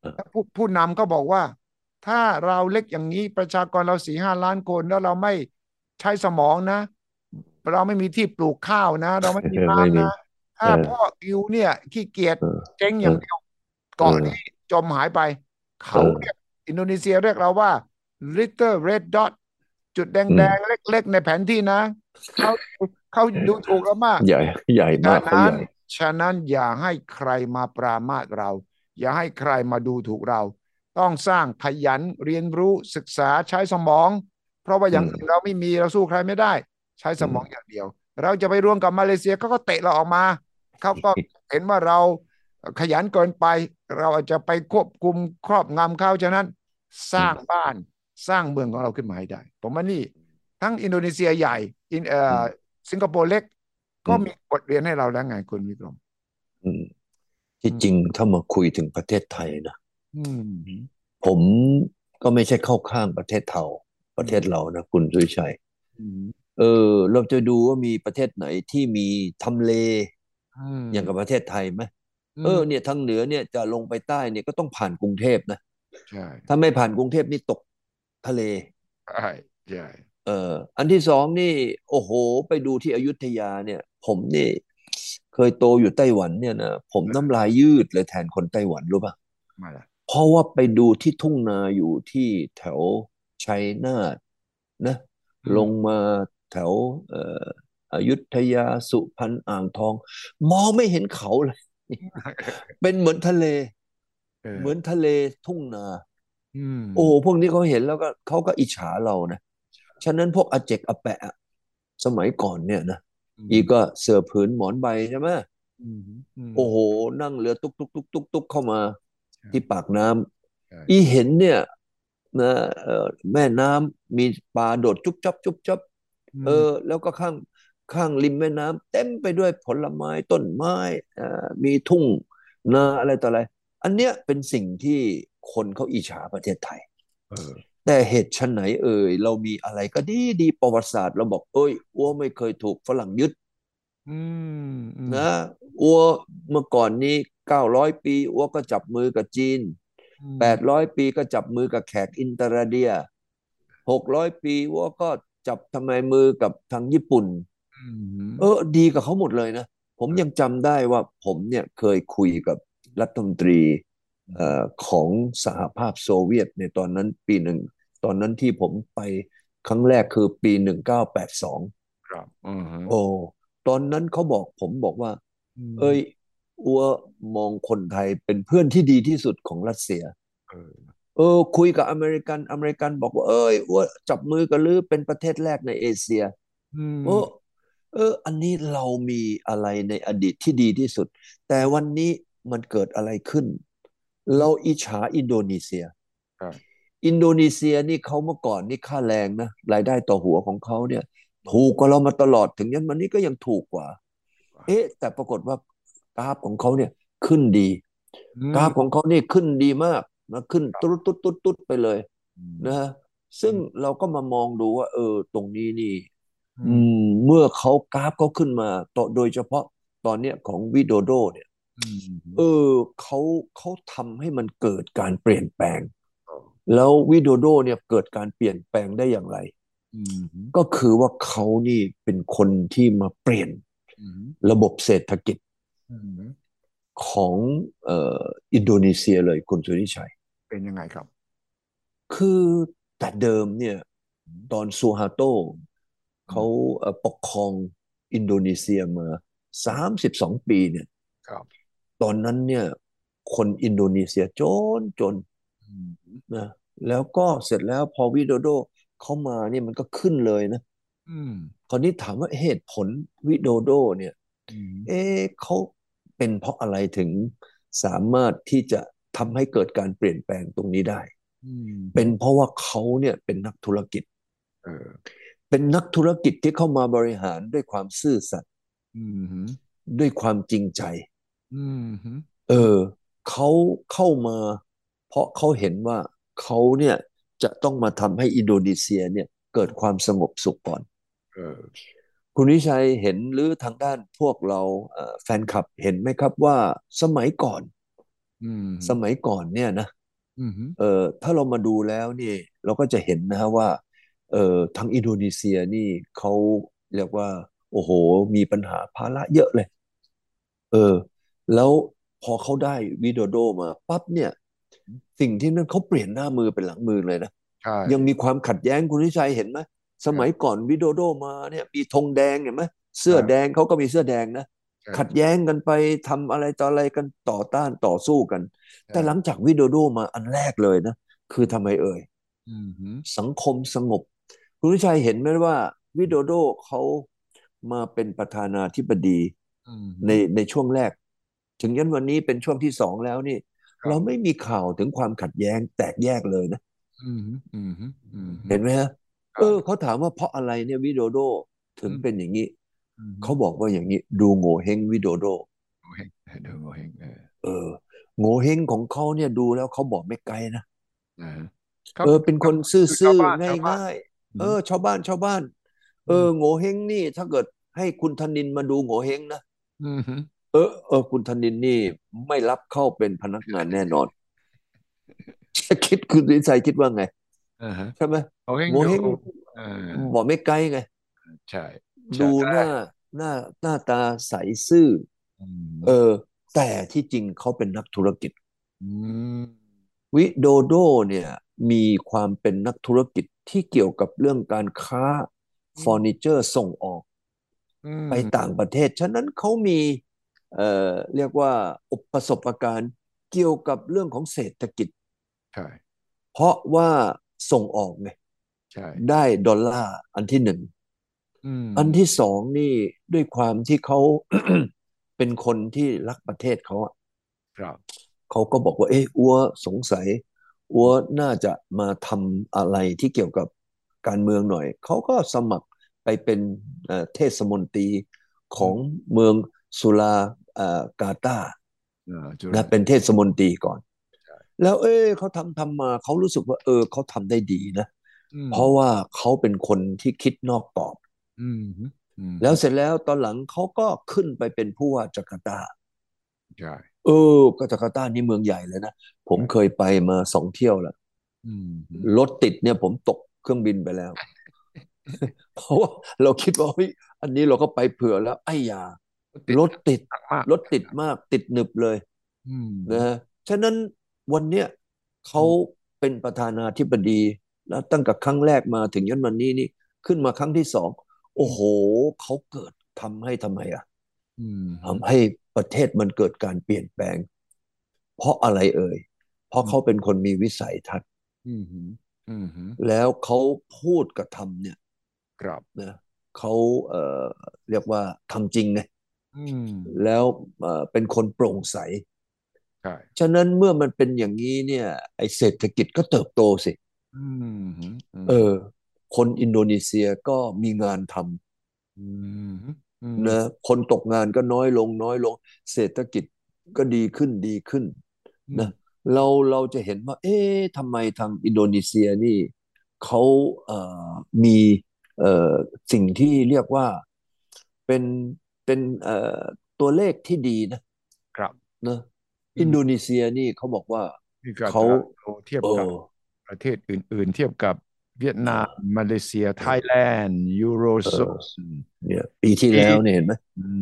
S2: เออ
S1: แล้วผู้ผู้นำก็บอกว่า ถ้าเราเล็กอย่างนี้ประชากรเราสี่ห้าล้านคนแล้วเราไม่ใช้สมองนะ เราไม่มีที่ปลูกข้าวนะ เราไม่มี
S2: ไม่
S1: น้ำ
S2: มี
S1: นะ ถ้า
S2: เออ
S1: พ่อกิวเนี่ยขี้เกียจ
S2: เออ
S1: เจ๊งอย่างเดียวเกาะนี้จมหายไป เขา
S2: เออ
S1: เรียกอินโดนีเซียเรียกเราว่า little red dot จุดแดงๆ เล็กๆ ในแผนที่นะ เขาเขาดูถูกเรามาก
S2: ใหญ่ใหญ่มากเขาใหญ่
S1: ฉะนั้นอย่าให้ใครมาปรามาสเรา อย่าให้ใครมาดูถูกเรา ต้องสร้างขยันเรียนรู้ศึกษาใช้สมอง เพราะว่าอย่าง
S2: อืม
S1: อื่นเราไม่มีเราสู้ใครไม่ได้ ใช้สมองอย่างเดียว เราจะไปร่วมกับมาเลเซียเขาก็เตะเราออกมาเขาก็ เห็นว่าเราขยันเกินไป เราอาจจะไปควบคุมครอบงำเขาฉะนั้น สร้างบ้านสร้างเมืองของเราขึ้นมาให้ได้ ผมว่านี่ทั้งอินโดนีเซียใหญ่อินเอ่ออ
S2: ม
S1: สิงคโปร์เล็ก ก็มีบทเรียนให้เราแล้วไงคุณวิกรม
S2: อืมที่จริงถ้ามาคุยถึงประเทศไทยนะ
S1: อืม
S2: ผมก็ไม่ใช่เข้าข้างประเทศเทาประเทศเรานะคุณสุทธิชัย
S1: อืม
S2: เออ เราจะดูว่ามีประเทศไหนที่มีทำเล
S1: อืม
S2: อย่างกับประเทศไทยไหมเออเนี่ยทางเหนือเนี่ยจะลงไปใต้เนี่ยก็ต้องผ่านกรุงเทพนะ
S1: ใช่
S2: ถ้าไม่ผ่านกรุงเทพนี่ตกทะเล
S1: ใช่ใช่
S2: เอ่ออันที่สองนี่ โอ้โห ไปดูที่อยุธยาเนี่ย ผมนี่ เคยโตอยู่ไต้หวันเนี่ยนะผมน้ำลายยืดเลยแทนคนไต้หวันรู้ป่ะ
S1: มาละ
S2: เพราะว่าไปดูที่ทุ่งนาอยู่ที่แถวชัยนาทนะ ลงมาแถวเอ่ออยุธยาสุพรรณอ่างทอง มองไม่เห็นเขา เลย เป็นเหมือนทะเล เหมือนทะเลทุ่งนา
S1: อืม
S2: โอ้โหพวกนี้เขาเห็นแล้วก็เขาก็อิจฉาเรานะ ฉะนั้นพวกอาเจกอาแปะอะสมัยก่อนเนี่ยนะ อีก็เสือผืนหมอนใบใช่ไหม
S1: อืมม
S2: โอ้โห นั่งเรือตุ๊กตุ๊กตุ๊กตุ๊กตุ๊กเข้ามา
S1: ใช่
S2: ที่ปากน้ำ
S1: ใช่
S2: อีเห็นเนี่ย นะเอ่อแม่น้ำมีปลาโดดจุ๊บจับจุ๊บจับเออ แล้วก็ข้างข้างริมแม่น้ำเต็มไปด้วยผลไม้ต้นไม้เอ่อมีทุ่งนาอะไรต่ออะไร อันเนี้ยเป็นสิ่งที่คนเขาอิจฉาประเทศไทย
S1: เออ
S2: แต่เหตุไฉนเอ่ยเรามีอะไรก็ดีดีประวัติศาสตร์เราบอกเอ้ยอัวไม่เคยถูกฝรั่งยึด
S1: อืมอืม
S2: นะอัวเมื่อก่อนนี้เก้าร้อยปีอัวก็จับมือกับจีน
S1: อืม
S2: แปดร้อยปีก็จับมือกับแขกอินเตอร์เดียหกร้อยปีว่าก็จับทำไมมือกับทางญี่ปุ่น
S1: อืม
S2: เออ ดีกับเขาหมดเลยนะ ผมยังจำได้ว่าผมเนี่ยเคยคุยกับรัฐมนตรีเอ่อของสหภาพโซเวียตในตอนนั้นปีหนึ่ง ตอนนั้นที่ผมไปครั้งแรกคือปีหนึ่งเก้าแปดสอง
S1: ครับอืม
S2: โอ้ตอนนั้นเขาบอกผมบอกว่า เอ้ยอัวมองคนไทยเป็นเพื่อนที่ดีที่สุดของรัสเซีย
S1: เออ
S2: เออคุยกับอเมริกันอเมริกันบอกว่า เอ้ยอ้วนจับมือกันหรือเป็นประเทศแรกในเอเชีย
S1: อืม
S2: โอ้เออ อันนี้เรามีอะไรในอดีตที่ดีที่สุด แต่วันนี้มันเกิดอะไรขึ้น เราอิจฉาอินโดนีเซีย
S1: ครับ
S2: อินโดนีเซียนี่เขาเมื่อก่อนนี่ค่าแรงนะรายได้ต่อหัวของเขาเนี่ย ถูกกว่าเรามาตลอดถึงยันวันนี้ก็ยังถูกกว่า เอ๊ะ แต่ปรากฏว่ากราฟของเขาเนี่ยขึ้นดี
S1: อืม
S2: กราฟของเขานี่ขึ้นดีมากนะขึ้นตุ๊ดตุ๊ดตุ๊ดตุ๊ดไปเลย นะฮะซึ่งเราก็มามองดูว่า เออ ตรงนี้นี่
S1: อื
S2: อื
S1: ม
S2: ม เมื่อเขากราฟเขาขึ้นมาต่อโดยเฉพาะตอนเนี้ยของวิโดโดเนี่ย
S1: อืม
S2: เออเขาเขาทำให้มันเกิดการเปลี่ยนแปลง แล้ววิโดโดเนี่ยเกิดการเปลี่ยนแปลงได้อย่างไร
S1: อืม
S2: ก็คือว่าเขานี่เป็นคนที่มาเปลี่ยน
S1: อืม
S2: ระบบเศรษฐกิจ
S1: อืม
S2: ของเอ่ออินโดนีเซียเลยคุณสุนิชัย
S1: เป็นยังไงครับ
S2: คือแต่เดิมเนี่ย ตอนซูฮาโตเขาเอ่อปกครองอินโดนีเซียมา 32 ปีเนี่ย
S1: ครับ
S2: ตอนนั้นเนี่ยคนอินโดนีเซียจนจน
S1: อืม
S2: นะแล้วก็เสร็จแล้วพอวิโดโดเข้ามาเนี่ยมันก็ขึ้นเลยนะ
S1: อืม
S2: คราวนี้ถามว่าเหตุผลวิโดโดเนี่ย
S1: อืม
S2: เอ๊ะเขาเป็นเพราะอะไรถึงสามารถที่จะทำให้เกิดการเปลี่ยนแปลงตรงนี้ได้
S1: อืม
S2: เป็นเพราะว่าเขาเนี่ยเป็นนักธุรกิจ
S1: เออ
S2: เป็นนักธุรกิจที่เข้ามาบริหารด้วยความซื่อสัตย์
S1: อืมอืม
S2: ด้วยความจริงใจ
S1: อืม
S2: เออเขาเข้ามาเพราะเขาเห็นว่าเขาเนี่ยจะต้องมาทำให้อินโดนีเซียเนี่ยเกิดความสงบสุขก่อน
S1: เออ
S2: คุณวิชัยเห็นหรือทางด้านพวกเราเอ่อแฟนคลับเห็นไหมครับว่าสมัยก่อน
S1: อืม
S2: สมัยก่อนเนี่ยนะ
S1: อืม
S2: เออถ้าเรามาดูแล้วนี่เราก็จะเห็นนะฮะว่าเออทางอินโดนีเซียนี่เขาเรียกว่า โอ้โห มีปัญหาภาระเยอะเลย เออ แล้วพอเขาได้วิโดโดมาปั๊บเนี่ย สิ่งที่นั่นเขาเปลี่ยนหน้ามือเป็นหลังมือเลยนะ
S1: ใช่
S2: ยังมีความขัดแย้งคุณวิชัยเห็นไหมสมัยก่อนวิโดโดมาเนี่ย มีธงแดงเห็นไหมเสื้อแดงเขาก็มีเสื้อแดงนะ
S1: ใช่
S2: ขัดแย้งกันไปทำอะไรต่ออะไรกันต่อต้านต่อสู้กัน แต่หลังจากวิโดโดมาอันแรกเลยนะ คือทำไมเอ่ย
S1: อืม
S2: สังคมสงบ คุณวิชัยเห็นไหมว่าวิโดโดเขามาเป็นประธานาธิบดี
S1: อืม
S2: ในในช่วงแรก ถึงยันวันนี้เป็นช่วงที่สองแล้วนี่
S1: ครับ
S2: เราไม่มีข่าวถึงความขัดแย้งแตกแยกเลยนะ
S1: อืมอืมอืม
S2: เห็นไหมฮะ
S1: ครับ
S2: เออเขาถามว่าเพราะอะไรเนี่ยวิโดโดถึงเป็นอย่างนี้
S1: อืม
S2: เขาบอกว่าอย่างนี้ ดูโง่เฮงวิโดโด
S1: โง่เฮงเดูโง่เฮงเออ
S2: เออโง่เฮงของเขาเนี่ยดูแล้วเขาบอกไม่ไกลนะ
S1: นะฮะ
S2: เออเป็นคนซื่
S1: ชาว
S2: อ
S1: บ้าน
S2: ๆ
S1: ชาวบ้าน
S2: ง่าย
S1: อืม
S2: ๆเออ ชาวบ้านชาวบ้าน เออโง่เฮงนี่ ถ้าเกิดให้คุณธนินมาดูโง่เฮงนะ
S1: ืมฮึ
S2: เออเออคุณธนินนี่ไม่รับเข้าเป็นพนักงานแน่น อน จะคิดคุณวิสัยคิดว่าไง
S1: อ่าฮะ
S2: ใช่ไหม
S1: โง่เฮง
S2: โงเฮง
S1: ดูเออ
S2: บอกไม่ไกลไง
S1: ใช่ใช่
S2: ดูหน้าหน้าหน้าตาใสซื่อ
S1: อืม
S2: เออ แต่ที่จริงเขาเป็นนักธุรกิจ
S1: อืม
S2: วิโดโดเนี่ยมีความเป็นนักธุรกิจที่เกี่ยวกับเรื่องการค้าเฟอร์นิเจอร์ส่งออก
S1: อืม
S2: ไปต่างประเทศ ฉะนั้นเขามีเอ่อเรียกว่าอุปสบการณ์เกี่ยวกับเรื่องของเศรษฐกิจ
S1: ใช่
S2: เพราะว่าส่งออกไง
S1: ใช่
S2: ได้ดอลลาร์อันที่หนึ่ง
S1: อืม
S2: อันที่สองนี่ด้วยความที่เขา เป็นคนที่รักประเทศเขาอะ
S1: ครับ
S2: เขาก็บอกว่า เอ๊ะอัวสงสัย อัวน่าจะมาทำอะไรที่เกี่ยวกับการเมืองหน่อย เขาก็สมัครไปเป็นเอ่อเทศมนตรีของเมืองสุลาเอ่อกาตาร์
S1: เออจุล
S2: นะเป็นเทศมนตรีก่อน แล้วเอ้ยเขาทำทำมาเขารู้สึกว่า เออเขาทำได้ดีนะ
S1: อืม
S2: เพราะว่าเขาเป็นคนที่คิดนอกกรอบ
S1: อืมอืม
S2: แล้วเสร็จแล้วตอนหลังเขาก็ขึ้นไปเป็นผู้ว่าจาการ์ตา
S1: ใช่
S2: เออก็จาการ์ตานี่เมืองใหญ่เลยนะ ผมเคยไปมาสองเที่ยวละ
S1: อืม
S2: รถติดเนี่ยผมตกเครื่องบินไปแล้ว เพราะว่าเราคิดว่าเฮ้ยอันนี้เราก็ไปเผื่อแล้วไอ้ยา รถติด
S1: มากมาก
S2: รถติดมากติดหนึบเลย
S1: อืม
S2: นะฮะฉะนั้นวันเนี้ยเขาเป็นประธานาธิบดีแล้วตั้งแต่ครั้งแรกมาถึงยันวันนี้นี่ขึ้นมาครั้งที่สองโอ้โหเขาเกิดทำให้ทำไมอ่ะ
S1: อืม
S2: ทำให้ประเทศมันเกิดการเปลี่ยนแปลง เพราะอะไรเอ่ย เพราะเขาเป็นคนมีวิสัยทัศน์
S1: อืมฮึอืมฮึ
S2: แล้วเขาพูดกับทำเนี่ย
S1: ครับ
S2: นะเขาเอ่อเรียกว่าทำจริงไง
S1: อืม
S2: แล้วเอ่อเป็นคนโปร่งใส
S1: ใช่
S2: ฉะนั้นเมื่อมันเป็นอย่างนี้เนี่ยไอเศรษฐกิจก็เติบโตสิ
S1: อืมฮึม
S2: เออ คนอินโดนีเซียก็มีงานท
S1: มฮึอืม
S2: ำนะ คนตกงานก็น้อยลงน้อยลง เศรษฐกิจก็ดีขึ้นดีขึ้นนะ เราเราจะเห็นว่า เอ๊ะทำไมทางอินโดนีเซียนี่เขาเอ่อมีเอ่อสิ่งที่เรียกว่าเป็นเป็นเอ่อตัวเลขที่ดีนะครับ นะ
S1: อืม
S2: อินโดนีเซียนี่เขาบอกว่า
S1: นี่ก็
S2: เขา
S1: โตเทียบ
S2: เอ
S1: กับ
S2: อ
S1: ประเทศอื่น ๆ เทียบกับเวียดนาม มาเลเซีย ไทยแลนด์ ยูโรโซน
S2: เนี่ย ปีที่แล้วเนี่ยเห็นไหม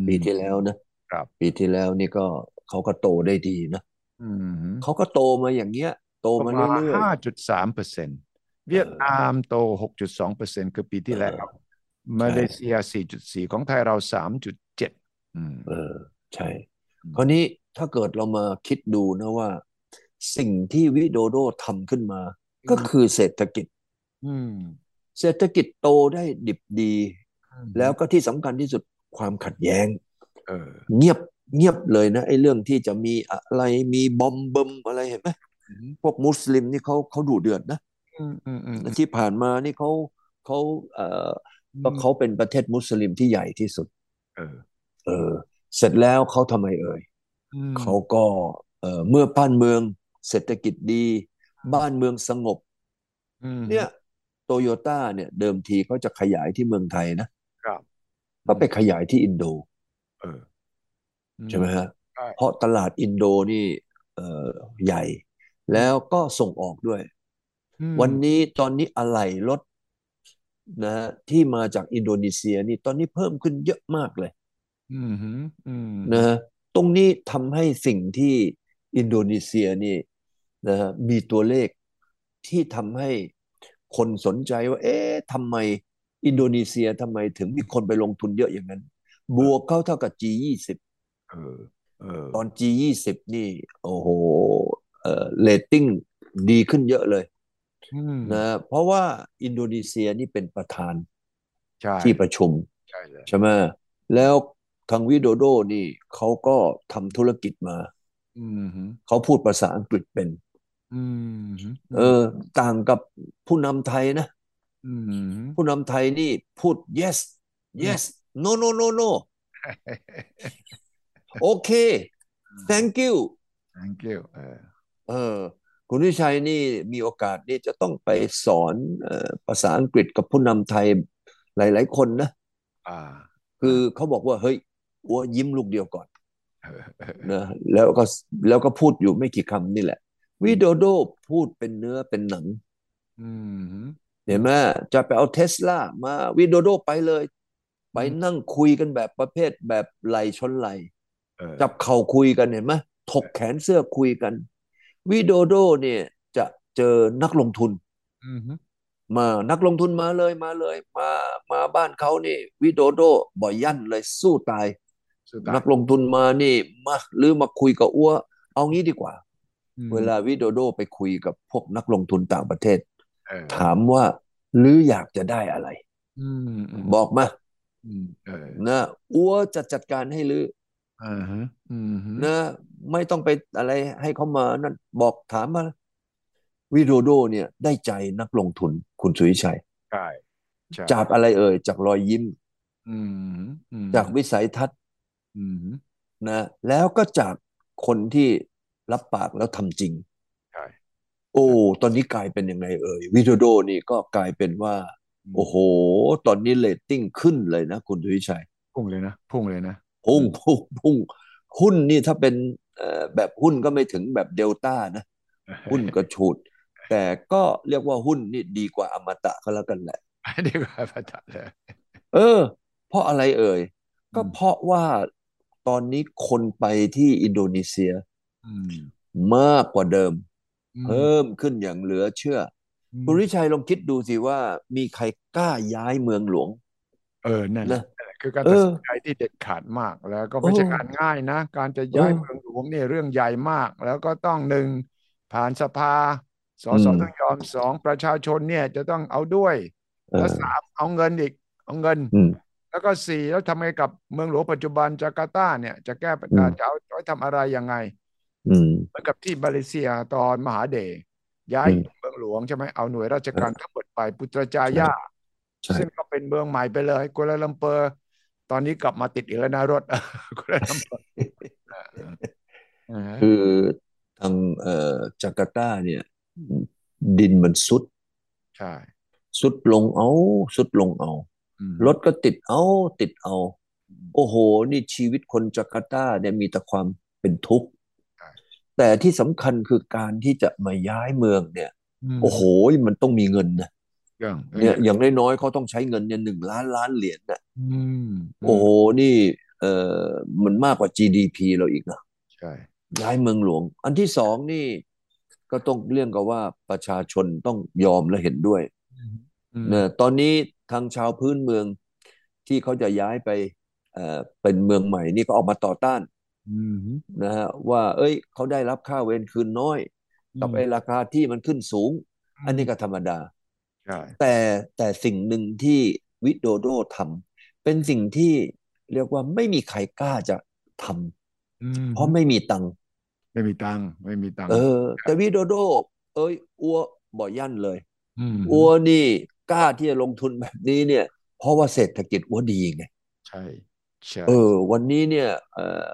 S2: ปีที่แล้วนะครับ ปีที่แล้วนี่ก็เขาก็โตได้ดีนะ
S1: อืมฮึ
S2: เขาก็โตมาอย่างเงี้ย โต
S1: ประ
S2: มา
S1: มาณ
S2: เรื่อย
S1: ห้าจุดสามเปอร์เซ็นต์เวียดนามโตหกจุดสองเปอร์เซ็นต์คือปีที่แล้ว มาเลเซียสี่จุดสี่ของไทยเราสามจุดเจ็ดอืม
S2: ๆเออ ใช่
S1: อืม
S2: คราวนี้ถ้าเกิดเรามาคิดดูนะว่า สิ่งที่วิโดโดทำขึ้นมา ก็คือเศรษฐกิจ
S1: อืม
S2: เศรษฐกิจโตได้ดิบดี
S1: อืม
S2: แล้วก็ที่สำคัญที่สุดความขัดแย้ง
S1: เออ
S2: เงียบเงียบเลยนะไอ้เรื่องที่จะมีอะไรมีบอมเบิมอะไรเห็นไหม
S1: อืม
S2: พวกมุสลิมนี่เขาเขาดุเดือดนะ
S1: อืมอืมอืม
S2: ที่ผ่านมานี่เขาเขาเอ่อ
S1: อื
S2: ก็
S1: ม
S2: เขาเป็นประเทศมุสลิมที่ใหญ่ที่สุด
S1: เออ
S2: เออ เสร็จแล้วเขาทำไมเอ่ย
S1: อืม
S2: เขาก็เอ่อเมื่อบ้านเมืองเศรษฐกิจดี บ้านเมืองสงบ
S1: อืม
S2: เนี่ยโตโยต้าเนี่ยเดิมทีเขาจะขยายที่เมืองไทยนะครับ ก็ไปขยายที่อินโด
S1: เอออื
S2: ใช่ไหมฮะ
S1: ใช่
S2: เพราะตลาดอินโดนี่เอ่อใหญ่ แล้วก็ส่งออกด้วย
S1: อืม
S2: วันนี้ตอนนี้อะไหล่รถนะฮะที่มาจากอินโดนีเซียนี่ตอนนี้เพิ่มขึ้นเยอะมากเลย
S1: อืมหืมอืม
S2: นะฮะตรงนี้ทำให้สิ่งที่อินโดนีเซียนี่นะฮะมีตัวเลขที่ทำให้คนสนใจว่า เอ๊ะทำไมอินโดนีเซียทำไมถึงมีคนไปลงทุนเยอะอย่างนั้น บวกเข้าเท่ากับ G20
S1: เออ เออ
S2: ตอน G20 นี่ โอ้โหเอ่อเรตติ้งดีขึ้นเยอะเลย
S1: อืม
S2: นะฮะเพราะว่าอินโดนีเซียนี่เป็นประธาน
S1: ใช่
S2: ที่ประชุม
S1: ใช่เลย
S2: ใช่ไหมแล้วทางวิโดโดนี่เขาก็ทำธุรกิจมา
S1: อืมหืม
S2: เขาพูดภาษาอังกฤษเป็น
S1: อืมหืม
S2: เออ ต่างกับผู้นำไทยนะ
S1: อืมหืม
S2: ผู้นำไทยนี่พูด yes yes no no no no โอเค thank you
S1: thank you Ờ. เออ
S2: เออคุณวิชัยนี่มีโอกาสนี่จะต้องไปสอนเอ่อภาษาอังกฤษกับผู้นำไทยหลาย ๆ คนนะ
S1: อ่า
S2: คือเขาบอกว่า เฮ้ยอัวยิ้มลูกเดียวก่อน
S1: เออเออ
S2: นะแล้วก็แล้วก็พูดอยู่ไม่กี่คำนี่แหละ วิโดโดพูดเป็นเนื้อเป็นหนัง
S1: อืมหืม
S2: เห็นไหมจะไปเอาเทสลามาวิโดโดไปเลย ไปนั่งคุยกันแบบประเภทแบบไหลชนไหล
S1: เออ
S2: จับเข่าคุยกันเห็นไหมถกแขนเสื้อคุยกัน วิโดโดเนี่ยจะเจอนักลงทุน
S1: อืมหืม
S2: มานักลงทุนมาเลยมาเลยมามาบ้านเขานี่ วิโดโดบ่อยยั่นเลยสู้ตาย
S1: สุดท้าย
S2: นักลงทุนมานี่มาหรือมาคุยกับอ้วเอางี้ดีกว่า
S1: อืม
S2: เวลาวิโดโดไปคุยกับพวกนักลงทุนต่างประเทศ
S1: เออ
S2: ถามว่าหรืออยากจะได้อะไร
S1: อืมอืม
S2: บอกมา
S1: อืมเออ
S2: นะอัวจะจัดการให้หรือ
S1: อ่าฮะอืมหืม
S2: นะ ไม่ต้องไปอะไรให้เขามานั่นบอกถามมา วิโดโดเนี่ยได้ใจนักลงทุนคุณสุวิชัย
S1: ใช่ใช่
S2: จากอะไรเอ่ย จากรอยยิ้ม
S1: อืมอืม
S2: จากวิสัยทัศน์
S1: อืม
S2: นะ แล้วก็จากคนที่รับปากแล้วทำจริง
S1: ใช่
S2: โอ้ ตอนนี้กลายเป็นยังไงเอ่ย วิโดโดนี่ก็กลายเป็นว่า
S1: ม
S2: โอ้โห ตอนนี้เรตติ้งขึ้นเลยนะ คุณสุวิชัย
S1: พุ่งเลยนะพุ่งเลยนะ
S2: พุ่ง
S1: อืม
S2: พุ่งพุ่งหุ้นนี่ถ้าเป็นเอ่อแบบหุ้นก็ไม่ถึงแบบเดลต้านะ หุ้น ก็ฉูด แต่ก็เรียกว่าหุ้นนี่ดีกว่าอมตะก็แล้วกันแหละ
S1: ดีกว่าพระจันทร์เลย
S2: เออ เพราะอะไรเอ่ย ก็
S1: อืม
S2: เพราะว่าตอนนี้คนไปที่อินโดนีเซีย
S1: อืม
S2: มากกว่าเดิม
S1: อืม
S2: เพิ่มขึ้นอย่างเหลือเชื่ออ
S1: อืม
S2: คุณวิชัยลองคิดดูสิว่ามีใครกล้าย้ายเมืองหลวง
S1: เออนั่นแหละ
S2: นะ
S1: นั่นแหละคือการ
S2: เอ
S1: ตัด
S2: อ
S1: สินใจที่เด็ดขาดมากแล้วก็ไม่ใช่งานง่ายนะ การจะ
S2: เอ
S1: ย้าย
S2: อ
S1: เมืองหลวงเนี่ยเรื่องใหญ่มาก แล้วก็ต้องหนึ่งผ่านสภาส
S2: อื
S1: ส
S2: ม
S1: ต้องยอมสองประชาชนเนี่ยจะต้องเอาด้วย
S2: เอ
S1: แล้ว
S2: อ
S1: สามเอาเงินอีกเอาเงิน
S2: อืม
S1: แล้วก็สี่แล้วทำไงกับเมืองหลวงปัจจุบันจาการ์ตาเนี่ยจะแก้ปัญ
S2: อื
S1: หาม จะเอาจะเอาไว้ทำอะไรยังไง
S2: อืม
S1: เหมือนกับที่มาเลเซียตอนมหาเดย์ย้า
S2: อื
S1: ย
S2: ม
S1: เมืองหลวงใช่ไหมเอาหน่วยราช
S2: เออ
S1: การทั้งหมดไปปุตรจา
S2: ใช่
S1: ยา
S2: ใช่
S1: ซึ่งก็เป็นเมืองใหม่ไปเลยกัวลาลัมเปอร์ ตอนนี้กลับมาติดอีกแล้วนะรถ กัวลาลัมเปอร์ อ่า
S2: คือทางเอ่อจาการ์ตาเนี่ย ดินมันซุด
S1: ใช่
S2: สุดลงเอา สุดลงเอา
S1: อืม
S2: รถก็ติดเอา ติดเอา โอ้โห นี่ชีวิตคนจาการ์ตาเนี่ยมีแต่ความเป็นทุกข์ แต่ที่สำคัญคือการที่จะมาย้ายเมืองเนี่ย
S1: อืม
S2: โอ้โห มันต้องมีเงินนะ
S1: เรื่องละ
S2: เนี่
S1: เอีย
S2: ย
S1: ด
S2: อย่างน้อยๆเขาต้องใช้เงินเนี่ยหนึ่งล้านล้านเหรียญนะ
S1: อืมอื
S2: โอ้
S1: ม
S2: โห นี่เออมันมากกว่า GDP เราอีกนะ
S1: ใช่
S2: ย้ายเมืองหลวง อันที่สองนี่ ก็ต้องเรื่องกับว่าประชาชนต้องยอมและเห็นด้วย
S1: อืมอืม
S2: นะตอนนี้ทางชาวพื้นเมืองที่เขาจะย้ายไปเอ่อเป็นเมืองใหม่นี่ก็ออกมาต่อต้าน
S1: อืม
S2: นะฮะว่า เอ้ยเขาได้รับค่าเวรคืนน้อย
S1: อื
S2: กับ
S1: ม
S2: ไอ้ราคาที่มันขึ้นสูง อันนี้ก็ธรรมดา
S1: ใช่
S2: แต่แต่สิ่งหนึ่งที่วิโดโดทำเป็นสิ่งที่เรียกว่าไม่มีใครกล้าจะท
S1: อืม
S2: ำเพราะไม่มีตังค์
S1: ไม่มีตังค์ไม่มีตัง
S2: เอ
S1: ค์
S2: อแต่วิโดโด เอ้ยอัวบ่ยั่นเลย
S1: อืม
S2: อัวนี่กล้าที่จะลงทุนแบบนี้เนี่ย เพราะว่าเศรษฐกิจอัวดีไง
S1: ใช่ใช่
S2: เออ วันนี้เนี่ยเออ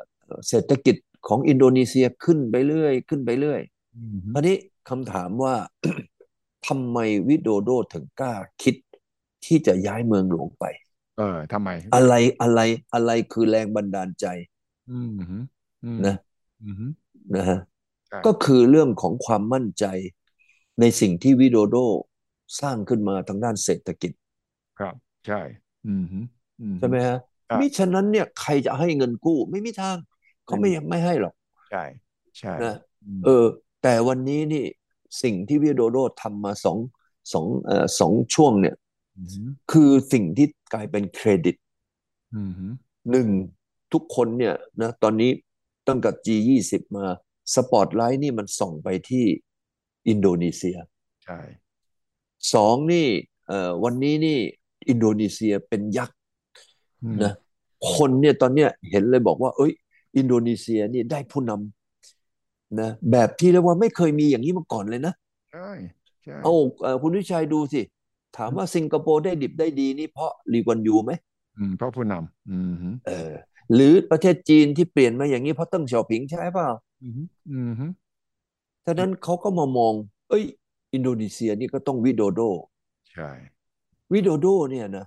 S2: เศรษฐกิจของอินโดนีเซียขึ้นไปเรื่อย ขึ้นไปเรื่อย
S1: อืม
S2: คราวนี้คำถามว่า ทำไมวิโดโดถึงกล้าคิดที่จะย้ายเมืองหลวงไป
S1: เออทำไม
S2: อะไรอะไรอะไรคือแรงบันดาลใจ
S1: อืมฮึอืม
S2: นะ
S1: อืมฮึ
S2: นะฮะ
S1: ใช่
S2: ก็คือเรื่องของความมั่นใจในสิ่งที่วิโดโดสร้างขึ้นมาทางด้านเศรษฐกิจ
S1: ครับ ใช่อืมฮึอืมฮึ
S2: ใช่ไหมฮะ
S1: ครับ
S2: มิฉะนั้นเนี่ยใครจะให้เงินกู้ไม่มีทางเขาไม่ยังไม่ให้หรอก
S1: ใช่ใช่
S2: นะ
S1: อืม
S2: เออ แต่วันนี้นี่สิ่งที่วิโดโดทำมาสองสองเอ่อสองช่วงเนี่ย
S1: อืมฮึ
S2: คือสิ่งที่กลายเป็นเครดิต
S1: อืมฮึ
S2: หนึ่งทุกคนเนี่ยนะตอนนี้ตั้งแต่ G20 มาสปอตไลท์นี่มันส่องไปที่อินโดนีเซีย
S1: ใช่
S2: สองนี่เอ่อวันนี้นี่อินโดนีเซียเป็นยักษ์
S1: อืม
S2: นะคนเนี่ยตอนเนี้ยเห็นเลยบอกว่า เอ้ย อินโดนีเซียนี่ได้ผู้นำนะแบบที่เรียกว่าไม่เคยมีอย่างนี้มาก่อนเลยนะ
S1: ใช่ใช่
S2: เอาเอ่อคุณวิชัยดูสิ ถามว่าสิงคโปร์ได้ดิบได้ดีนี่เพราะลีกวนยูไหม
S1: อืมเพราะผู้นำอืมฮึ
S2: เออ หรือประเทศจีนที่เปลี่ยนมาอย่างนี้เพราะเติ้งเสี่ยวผิงใช่เปล่า
S1: อืมฮึอืมฮึ
S2: ฉะนั้นเขาก็มามอง เอ้ย อินโดนีเซียนี่ก็ต้องวิโดโด
S1: ใช่
S2: วิโดโดเนี่ยนะ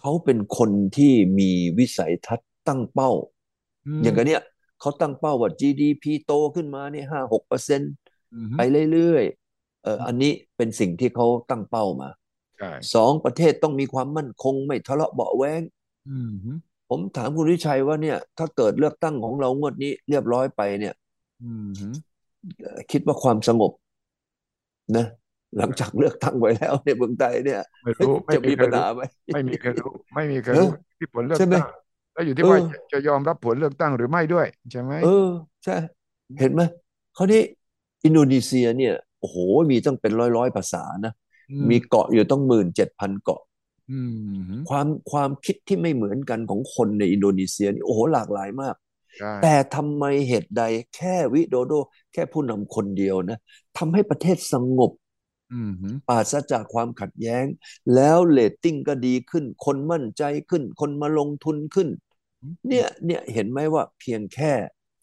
S2: เขาเป็นคนที่มีวิสัยทัศน์ตั้งเป้า
S1: อื
S2: อ
S1: ม
S2: ย่างกันเนี่ยเขาตั้งเป้าว่า GDP โตขึ้นมาเนี่ยห้าหกเปอร์เซ็นต์
S1: อืมฮึ
S2: ไปเรื่อยๆเอออันนี้เป็นสิ่งที่เขาตั้งเป้ามา
S1: ใช่
S2: สองประเทศต้องมีความมั่นคงไม่ทะเลาะเบาะแว้ง
S1: อืมฮึ
S2: ผมถามคุณวิชัยว่าเนี่ย ถ้าเกิดเลือกตั้งของเรางวดนี้เรียบร้อยไปเนี่ย
S1: อืมฮึ
S2: เอ่อคิดว่าความสงบนะหลังจากเลือกตั้งไว้ แล้วในยเมืองไทยเนี่ย
S1: ไม่รู้ไม่
S2: จะ
S1: มี
S2: มี
S1: ใคร
S2: ปัญ
S1: รู้
S2: หาไหม
S1: ไม่มีใครรู้ ไม่มีใคร
S2: เน
S1: รู้
S2: อะ
S1: ที่ผลเลือก
S2: ใช่ไหม
S1: ตั้ง แล้วอยู่
S2: เอ
S1: ที่ว่า
S2: อ
S1: จะจะยอมรับผลเลือกตั้งหรือไม่ด้วย ใช่ไหม
S2: เออ ใช่ เห็นไหมคราวนี้อินโดนีเซียเนี่ยโอ้โหมีตั้งเป็นร้อยร้อยภาษานะ
S1: อืม
S2: มีเกาะอยู่ตั้งหมื่นเจ็ดพันเกาะ
S1: อืมฮึ
S2: ความความคิดที่ไม่เหมือนกันของคนในอินโดนีเซียนี่โอ้โหหลากหลายมาก
S1: ใช่
S2: แต่ทำไมเหตุใดแค่วิโดโด แค่ผู้นำคนเดียวนะทำให้ประเทศสงบ
S1: อืมฮึ
S2: ปราศจากความขัดแย้ง แล้วเรตติ้งก็ดีขึ้น คนมั่นใจขึ้น คนมาลงทุนขึ้น เนี่ยเนี่ยเห็นไหมว่าเพียงแค่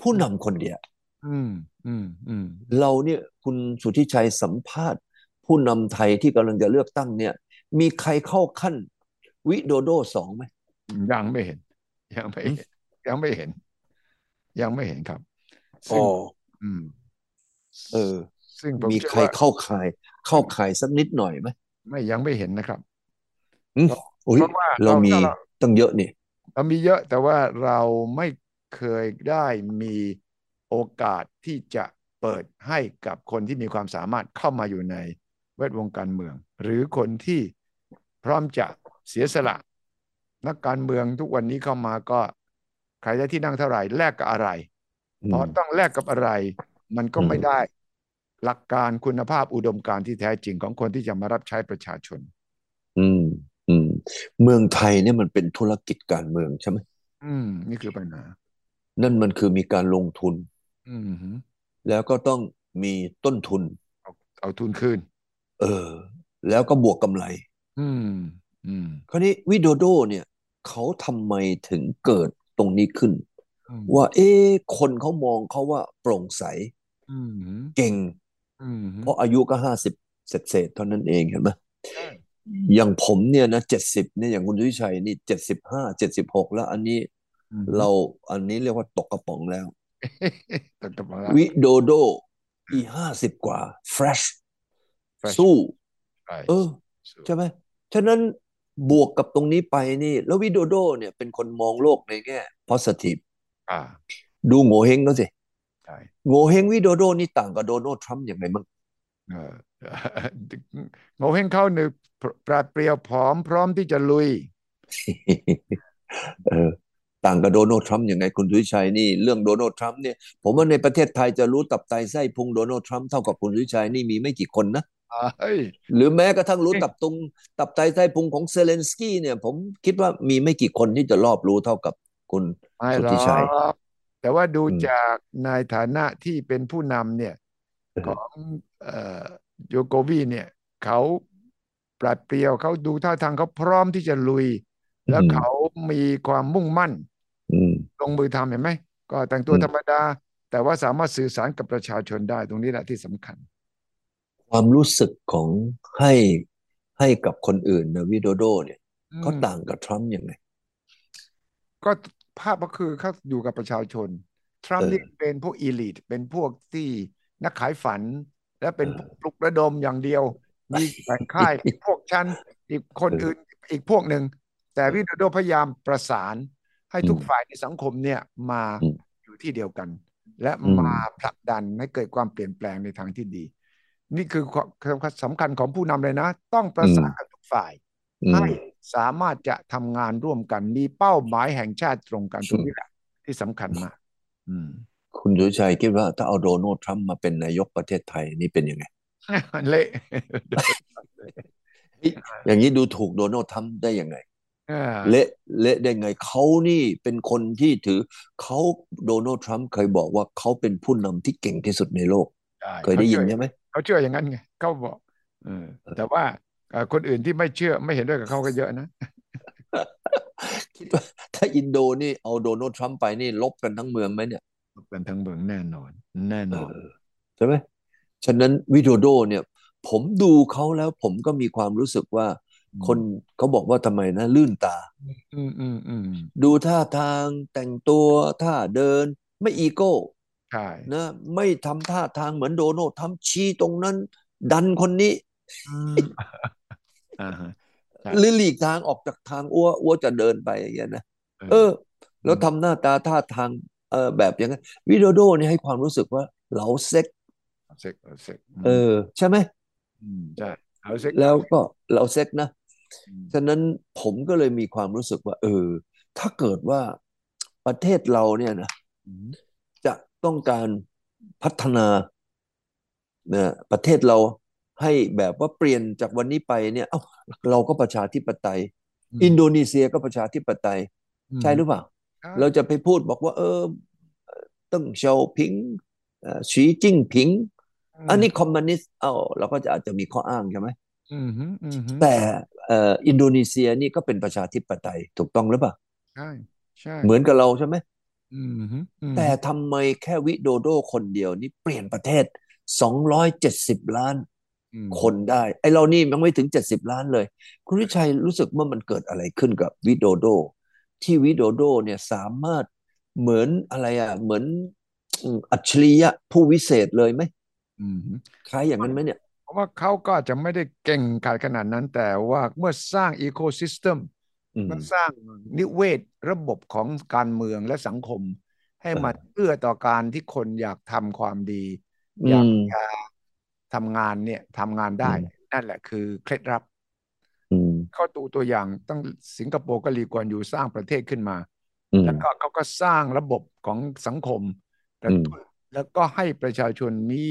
S2: ผู้นำคนเดียว
S1: อืมอืมอืม
S2: เราเนี่ยคุณสุทธิชัยสัมภาษณ์ ผู้นำไทยที่กำลังจะเลือกตั้งเนี่ย มีใครเข้าขั้นวิโดโดสองไหม
S1: ยังไม่เห็น ยังไม่เห็นยังไม่เห็น ยังไม่เห็นครับซึ่ง
S2: อ๋อ
S1: อืม
S2: เออ
S1: ซึ่งผม
S2: มี
S1: เชื่
S2: ใค
S1: อ
S2: ร
S1: ว่า
S2: เข้าข่าย เข้าข่ายสักนิดหน่อยไหม
S1: ไม่ยังไม่เห็นนะครับ
S2: อืมอุ๊ย
S1: เพราะว่า
S2: เรา
S1: เรา
S2: มี
S1: ถ้าเรา
S2: ตั้งเยอะนี่
S1: เรามีเยอะแต่ว่าเราไม่เคยได้มีโอกาสที่จะเปิดให้กับคนที่มีความสามารถเข้ามาอยู่ในแวดวงการเมือง หรือคนที่พร้อมจะเสียสละ นักการเมืองทุกวันนี้เข้ามาก็ใครได้ที่นั่งเท่าไหร่แลกกับอะไร
S2: อืม
S1: พอต้องแลกกับอะไร มันก็ไม่
S2: อืม
S1: ได้ หลักการคุณภาพอุดมการณ์ที่แท้จริงของคนที่จะมารับใช้ประชาชน
S2: อืม อืม เมืองไทยเนี่ยมันเป็นธุรกิจการเมืองใช่ไหม
S1: อืม นี่คือปัญหา
S2: นั่นมันคือมีการลงทุน
S1: อืมฮึ
S2: แล้วก็ต้องมีต้นทุน
S1: เอาทุนคืน
S2: เออ แล้วก็บวกกำไร
S1: อืม อืม
S2: คราวนี้วิโดโดเนี่ยเขาทำไมถึงเกิดตรงนี้ขึ้น
S1: อืม
S2: ว่า เอ๊ะคนเขามองเขาว่าโปร่งใส
S1: อืมหืม
S2: เก่ง
S1: อืมหืม
S2: เพราะอายุก็ห้าสิบเศษเศษๆเท่านั้นเองเห็นไหม
S1: ใช่
S2: อย่างผมเนี่ยนะเจ็ดสิบเนี่ยอย่างคุณวิชัยนี่เจ็ดสิบห้าเจ็ดสิบหกแล้วอันนี้
S1: อืม
S2: เราอันนี้เรียกว่าตกกระป๋องแล้ว
S1: ตกตกมาละ
S2: วิโดโดอีห้าสิบกว่า fresh
S1: fresh
S2: สู้
S1: ใช่
S2: เออ ใช่ไหมฉะนั้นบวกกับตรงนี้ไปนี่ แล้ววิโดโดเนี่ยเป็นคนมองโลกในแง่ positive
S1: อ่า
S2: ดูโง่เฮงเขาสิ
S1: ใช่
S2: โง่เฮงวิโดโดนี่ต่างกับโดนัลด์ทรัมป์ยังไงมั้ง
S1: เออโงเฮงเข้าหนึ่งปราดเปรียวผอมพร้อมที่จะลุย
S2: เออต่างกับโดนัลด์ทรัมป์ยังไงคุณสุวิชัยนี่เรื่องโดนัลด์ทรัมป์เนี่ยผมว่าในประเทศไทยจะรู้ตับไตไส้พุงโดนัลด์ทรัมป์เท่ากับคุณสุวิชัยนี่มีไม่กี่คนนะ
S1: อ่าเฮ้ย
S2: หรือแม้กระทั่งรู้ตับตุงตับไตไส้พุงของเซเลนสกี้เนี่ย ผมคิดว่ามีไม่กี่คนที่จะรอบรู้เท่ากับคุณ
S1: ไม่
S2: สุ
S1: หร
S2: ทธิชัย
S1: อกแต่ว่าดู
S2: อืม
S1: จากในฐานะที่เป็นผู้นำเนี่ย ของเอ่อโยโกวีเนี่ยเขาปราดเปรียวเขาดูท่าทางเขาพร้อมที่จะลุย แล้วเขามีความมุ่งมั่น
S2: อืม
S1: ลงมือทำเห็นไหม ก็แต่งตัว
S2: อืม
S1: ธรรมดา แต่ว่าสามารถสื่อสารกับประชาชนได้ตรงนี้แหละที่สำคัญ
S2: ความรู้สึกของให้ให้กับคนอื่นนะวิโดโด เนี่ยเขาต่างกับทรัมป์ยังไง
S1: ก็ภาพก็คือเขาอยู่กับประชาชน ทรัมป์
S2: เออ
S1: นี่เป็นพวกอีลิทเป็นพวกที่นักขายฝัน และเป็นพวกปลุกระดมอย่างเดียว มีแบ่ง ค่าย พวกชั้นอีกคน
S2: เอออื่
S1: อื่นอีกพวกหนึ่ง แต่วิโดโดพยายามประสานให้ทุก
S2: อืม
S1: ฝ่ายในสังคมเนี่ยมา
S2: อืม
S1: อยู่ที่เดียวกัน และ
S2: อืม
S1: มาผลักดันให้เกิดความเปลี่ยนแปลงในทางที่ดี นี่คือความสำคัญของผู้นำเลยนะ ต้องประสานกับทุกฝ่าย
S2: อืม
S1: ให้สามารถจะทำงานร่วมกันมีเป้าหมายแห่งชาติตรงกัน
S2: อืม
S1: ตรงนี้แหละที่สำคัญมากอืม
S2: คุณสุทธิชัยคิดว่าถ้าเอาโดนัลด์ทรัมป์มาเป็นนายกประเทศไทยนี่เป็นยังไง
S1: เละ
S2: อย่างนี้ดูถูกโดนัลด์ทรัมป์ได้ยังไง
S1: อ่า
S2: เละเละได้ไงเขานี่เป็นคนที่ถือเขาโดนัลด์ทรัมป์เคยบอกว่าเขาเป็นผู้นำที่เก่งที่สุดในโลก
S1: ช่
S2: เคยได้ยิน
S1: ขาชื่อ
S2: ใช่ไหม
S1: เขาเชื่ออย่างนั้นไงเขาบอกเออแต่ว่าเอ่อคนอื่นที่ไม่เชื่อไม่เห็นด้วยกับเขาก็เยอะนะ
S2: คิดว่าถ้าอินโดนี่เอาโดนัลด์ทรัมป์ไปนี่ลบกันทั้งเมืองไหมเนี่ย
S1: เป็นทั้งเมืองแน่นอน แน่นอน
S2: เออใช่ไหมฉะนั้นวิโดโดเนี่ย ผมดูเขาแล้วผมก็มีความรู้สึกว่า
S1: อืม
S2: คนเขาบอกว่าทำไมนะ ลื่นตา
S1: อืมอืมอืม
S2: ดูท่าทางแต่งตัวท่าเดิน ไม่อีโก้
S1: ใช่
S2: นะไม่ทำท่าทางเหมือนโดโนลด์ทำชี้ตรงนั้น ดันคนนี้
S1: อืมอ่าฮะ ครับ
S2: หรือหลีกทางออกจากทางอ้วอ้วจะเดินไปอย่างเงี้ยนะ
S1: เอ
S2: เอ
S1: อ
S2: อ แล้วทำหน้าตาท่าทางเออแบบอย่างนั้นวิโดโดเนี่ยให้ความรู้สึกว่าเหลาเซ็ก
S1: เซ็กเซ็ก
S2: เออใช่ไหม
S1: มใช่เอาเซ็ก
S2: แล้วก็เราเซ็ตนะ
S1: อืม
S2: ฉะนั้นผมก็เลยมีความรู้สึกว่า เออ ถ้าเกิดว่าประเทศเราเนี่ยนะ
S1: อืม
S2: จะต้องการพัฒนาเนี่ยประเทศเราให้แบบว่าเปลี่ยนจากวันนี้ไปเนี่ยเอ้าเราก็ประชาธิปไตย อินโดนีเซียก็ประชาธิปไตย
S1: อืม
S2: ใช่หรือเปล่า
S1: ใช่
S2: เราจะไปพูดบอกว่า เออ ตั้งเสี่ยวผิงเอ่อสีจิ้งผิง อันนี้คอมมิวนิสต์เอาเราก็จะอาจจะมีข้ออ้างใช่ไหม
S1: อืมฮึอืมฮึ
S2: แต่เอ่ออินโดนีเซียนี่ก็เป็นประชาธิปไตยถูกต้องหรือเปล่า
S1: ใช่ใช่
S2: เหมือนกับเราใช่ไหม
S1: อืมฮึอืมฮึ
S2: แต่ทำไมแค่วิโดโดคนเดียวนี่เปลี่ยนประเทศ 270 ล้าน
S1: อืม
S2: คนได้ ไอ้เรานี่ยังไม่ถึง 70 ล้านเลย คุณวิชัยรู้สึกว่ามันเกิดอะไรขึ้นกับวิโดโด ที่วิโดโดเนี่ยสามารถเหมือนอะไรอ่ะ เหมือนอืมอัจฉริยะผู้วิเศษเลยไหม
S1: อืมฮึ
S2: คล้ายอย่างนั้นไหมเนี่ย
S1: ผมว่าเขาก็อาจจะไม่ได้เก่งขนาดนั้น แต่ว่าเมื่อสร้างอีโคซิสเต็ม
S2: อืม
S1: มันสร้างนิเวศระบบของการเมืองและสังคม ให้มันเอื้อต่อการที่คนอยากทำความดี อยาก
S2: อืม
S1: จะทำงานเนี่ยทำงานได้
S2: อืม
S1: นั่นแหละคือเคล็ดลับ
S2: อืม
S1: เข้าตัวตัวอย่างตั้งสิงคโปร์ก็รีกวนอยู่สร้างประเทศขึ้นมา
S2: อืม
S1: แล้วก็เขาก็สร้างระบบของสังคมกระ
S2: อืม
S1: ตุ้นแล้วก็ให้ประชาชนมี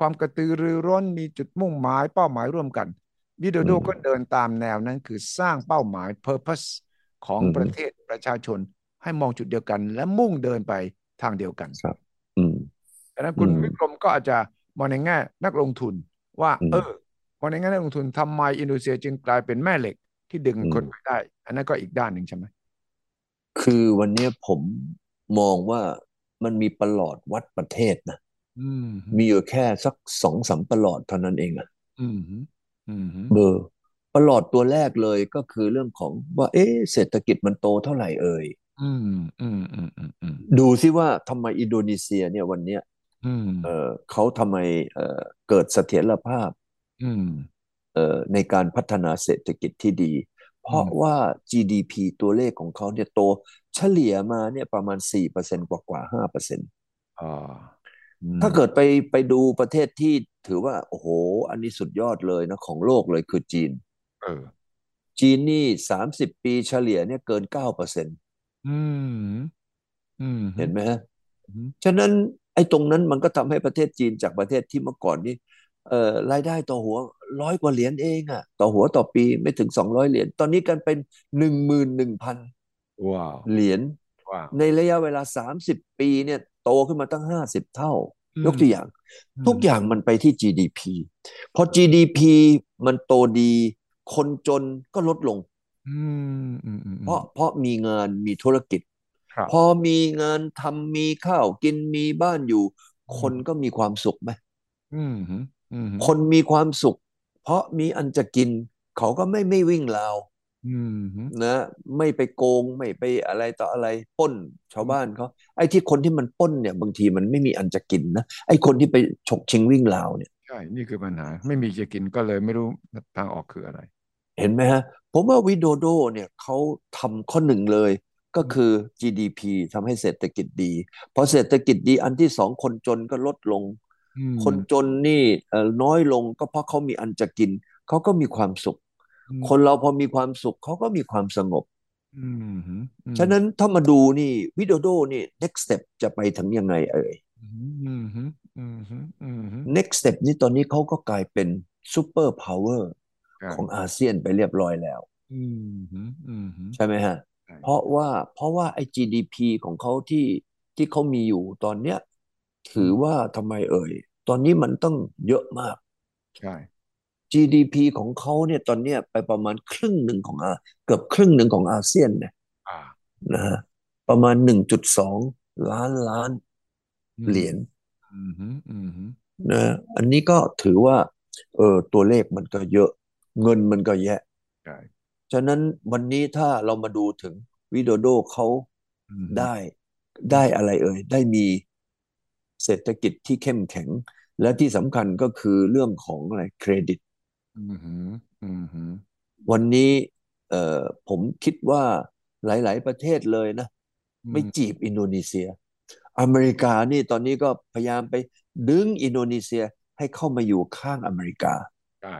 S1: ความกระตือรือร้นมีจุดมุ่งหมายเป้าหมายร่วมกันวิโดโดก็เดินตามแนวนั้นคือสร้างเป้าหมาย purpose ของประเทศประชาชนให้มองจุดเดียวกัน และมุ่งเดินไปทางเดียวกัน
S2: อืม
S1: ดังนั้นคุณ
S2: อืม
S1: วิกรมก็อาจจะมองในแง่นักลงทุนว่า
S2: อืม
S1: เออมองในแง่นักลงทุนทำไมอินโดนีเซียจึงกลายเป็นแม่เหล็กที่ดึง
S2: อืม
S1: คนไปได้ อันนั้นก็อีกด้านหนึ่งใช่ไหม
S2: คือวันเนี้ยผมมองว่ามันมีประหลอดวัดประเทศนะ
S1: อืม
S2: มีอยู่แค่สักสองสามประหลอดเท่านั้นเองอะ
S1: อืมอืมอืม
S2: เบอร์ประหลอดตัวแรกเลยก็คือเรื่องของว่าเอ๊ะเศรษฐกิจมันโตเท่าไหร่เอ่ย
S1: อืมอืมอืมอืมอืม
S2: ดูซิว่าทำไมอินโดนีเซียเนี่ยวันเนี้ย
S1: อืม
S2: เออเขาทำไมเออเกิดเสถียรภาพ
S1: อืม
S2: เออในการพัฒนาเศรษฐกิจที่ดี เพราะว่า GDP ตัวเลขของเขาเนี่ยโตเฉลี่ยมาเนี่ยประมาณ 4%กว่ากว่า5%
S1: อ่า
S2: ถ้าเกิดไปไปดูประเทศที่ถือว่า โอ้โห อันนี้สุดยอดเลยนะของโลกเลยคือจีน
S1: เออ
S2: จีนนี่ 30 ปีเฉลี่ยเนี่ยเกิน 9%
S1: อืม อืม
S2: เห็นไหมฮะ
S1: อืม
S2: ฉะนั้นไอ้ตรงนั้นมันก็ทำให้ประเทศจีนจากประเทศที่เมื่อก่อนนี่เอ่อรายได้ต่อหัวร้อยกว่าเหรียญเองอ่ะ ต่อหัวต่อปีไม่ถึงสองร้อยเหรียญ ตอนนี้กันเป็นหนึ่งหมื่นหนึ่งพัน
S1: ว้าว
S2: เหรียญ
S1: ว้าว
S2: ในระยะเวลาสามสิบปีเนี่ยโตขึ้นมาตั้งห้าสิบเท่า
S1: อืม
S2: ยกตัวอย่าง ทุกอย่างมันไปที่ GDP พอ GDP มันโตดี คนจนก็ลดลง
S1: อืมอืมอืมอืม
S2: เพราะเพราะมีงานมีธุรกิจ
S1: ครับ
S2: พอมีงานทำมีข้าวกินมีบ้านอยู่ คนก็มีความสุขไหม
S1: อืมอืมอืม
S2: คนมีความสุข เพราะมีอันจะกิน เขาก็ไม่ไม่วิ่งราว
S1: อืมอืม
S2: นะ ไม่ไปโกงไม่ไปอะไรต่ออะไรปล้นชาวบ้านเขาไอ้ที่คนที่มันปล้นเนี่ย บางทีมันไม่มีอันจะกินนะไอ้คนที่ไปฉกชิงวิ่งราวเนี่ย
S1: ใช่ นี่คือปัญหา ไม่มีจะกินก็เลยไม่รู้ทางออกคืออะไร
S2: เห็นไหมฮะ ผมว่าวิโดโดเนี่ยเขาทำข้อหนึ่งเลย ก็คือ GDP ทำให้เศรษฐกิจดี พอเศรษฐกิจดีอันที่สองคนจนก็ลดลง
S1: อืม
S2: คนจนนี่เอ่อน้อยลงก็เพราะเขามีอันจะกิน เขาก็มีความสุข
S1: อืม
S2: คนเราพอมีความสุขเขาก็มีความสงบ
S1: อืมอืมอืม
S2: ฉะนั้นถ้ามาดูนี่วิโดโดนี่ next step จะไปถึงยังไงเอ่ย
S1: อืมอืมอืมอืมอืมอืม
S2: next step นี่ตอนนี้เขาก็กลายเป็นซูเปอร์พาวเวอร์
S1: ใช่
S2: ของอาเซียนไปเรียบร้อยแล้ว
S1: อืมอืมอืมอืม
S2: ใช่ไหมฮะ
S1: ใช่
S2: เพราะว่าเพราะว่าไอ้ GDP ของเขาที่ที่เขามีอยู่ตอนเนี้ยถือว่าทำไมเอ่ย ตอนนี้มันต้องเยอะมาก
S1: ใช่
S2: GDP ของเขาเนี่ยตอนเนี้ยไปประมาณครึ่งหนึ่งของอาเกือบครึ่งหนึ่งของอาเซียนเนี่ย
S1: อ่า
S2: นะฮะประมาณ 1.2 ล้านล้าน
S1: อืม
S2: เหรียญ
S1: อืมอืมอืม
S2: นะฮะอันนี้ก็ถือว่าเออตัวเลขมันก็เยอะเงินมันก็แยะ
S1: ใช่
S2: ฉะนั้นวันนี้ถ้าเรามาดูถึงวิโดโดเขา
S1: อืม
S2: ได้ได้อะไรเอ่ย ได้มีเศรษฐกิจที่เข้มแข็ง และที่สำคัญก็คือเรื่องของอะไรเครดิต
S1: อืมฮึอืมฮึ
S2: วันนี้เอ่อผมคิดว่าหลาย ๆ ประเทศเลยนะ
S1: อื
S2: ไม่
S1: ม
S2: จีบอินโดนีเซีย อเมริกานี่ตอนนี้ก็พยายามไปดึงอินโดนีเซียให้เข้ามาอยู่ข้างอเมริกา
S1: ใช่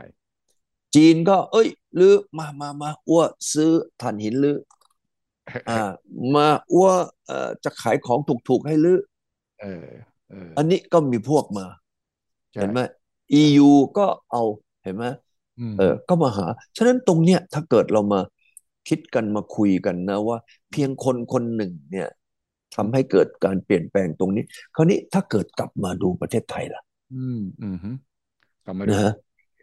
S2: จีนก็ เอ้ยลือมามามาอ้วซื้อถ่านหินลื ออ่า มาอ้วเอ่อจะขายของถูก ๆ ให้ลือ
S1: เออเออ
S2: อันนี้ก็มีพวกมา
S1: ใช่
S2: เห็นไหม EU ก็เอาเห็นไหม
S1: อืม
S2: เออก็มาหา ฉะนั้นตรงเนี้ยถ้าเกิดเรามาคิดกันมาคุยกันนะว่า เพียงคนคนหนึ่งเนี่ย ทำให้เกิดการเปลี่ยนแปลงตรงนี้ คราวนี้ถ้าเกิดกลับมาดูประเทศไทยล่ะ
S1: อืมอืมฮึกลับมาดู
S2: นะฮะ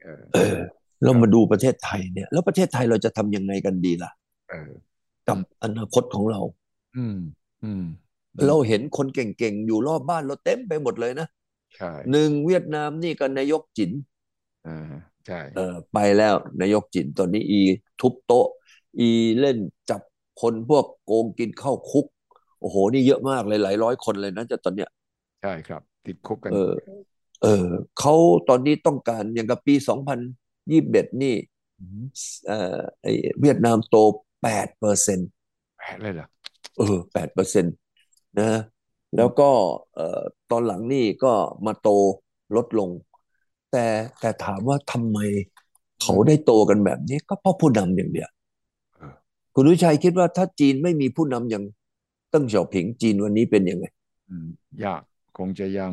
S1: เออ
S2: เออ เรามาดูประเทศไทยเนี่ย แล้วประเทศไทยเราจะทำยังไงกันดีล่ะ
S1: เออ
S2: กับอนาคตของเรา
S1: อืม อืม อืม
S2: เราเห็นคนเก่งๆ อยู่รอบบ้านเราเต็มไปหมดเลยนะ
S1: ใช่
S2: หนึ่งเวียดนามนี่ก็นายกจิน
S1: อ่าใช่
S2: เออไปแล้วนายกจินตอนนี้อีทุบโต๊ะ อีเล่นจับคนพวกโกงกินเข้าคุก โอ้โห นี่เยอะมากเลยหลายร้อยคนเลยนะจะตอนเนี้ย
S1: ใช่ครับ ติดคุกกัน
S2: เออ เออเขาตอนนี้ต้องการอย่างกับปีสองพันยี่สิบเอ็ดนี่เออไอเวียดนามโตแปดเปอร์เซ็น
S1: แปดเลยเหรอ
S2: เออแปดเปอร์เซ็นต์นะแล้วก็เอ่อตอนหลังนี่ก็มาโตลดลง แต่แต่ถามว่าทำไมเขาได้โตกันแบบนี้ก็เพราะผู้นำอย่างเดียวคุณวิชัยคิดว่าถ้าจีนไม่มีผู้นำอย่างเตั้งเสี่ยวผิงจีนวันนี้เป็นยังไง
S1: อืมยากคงจะยัง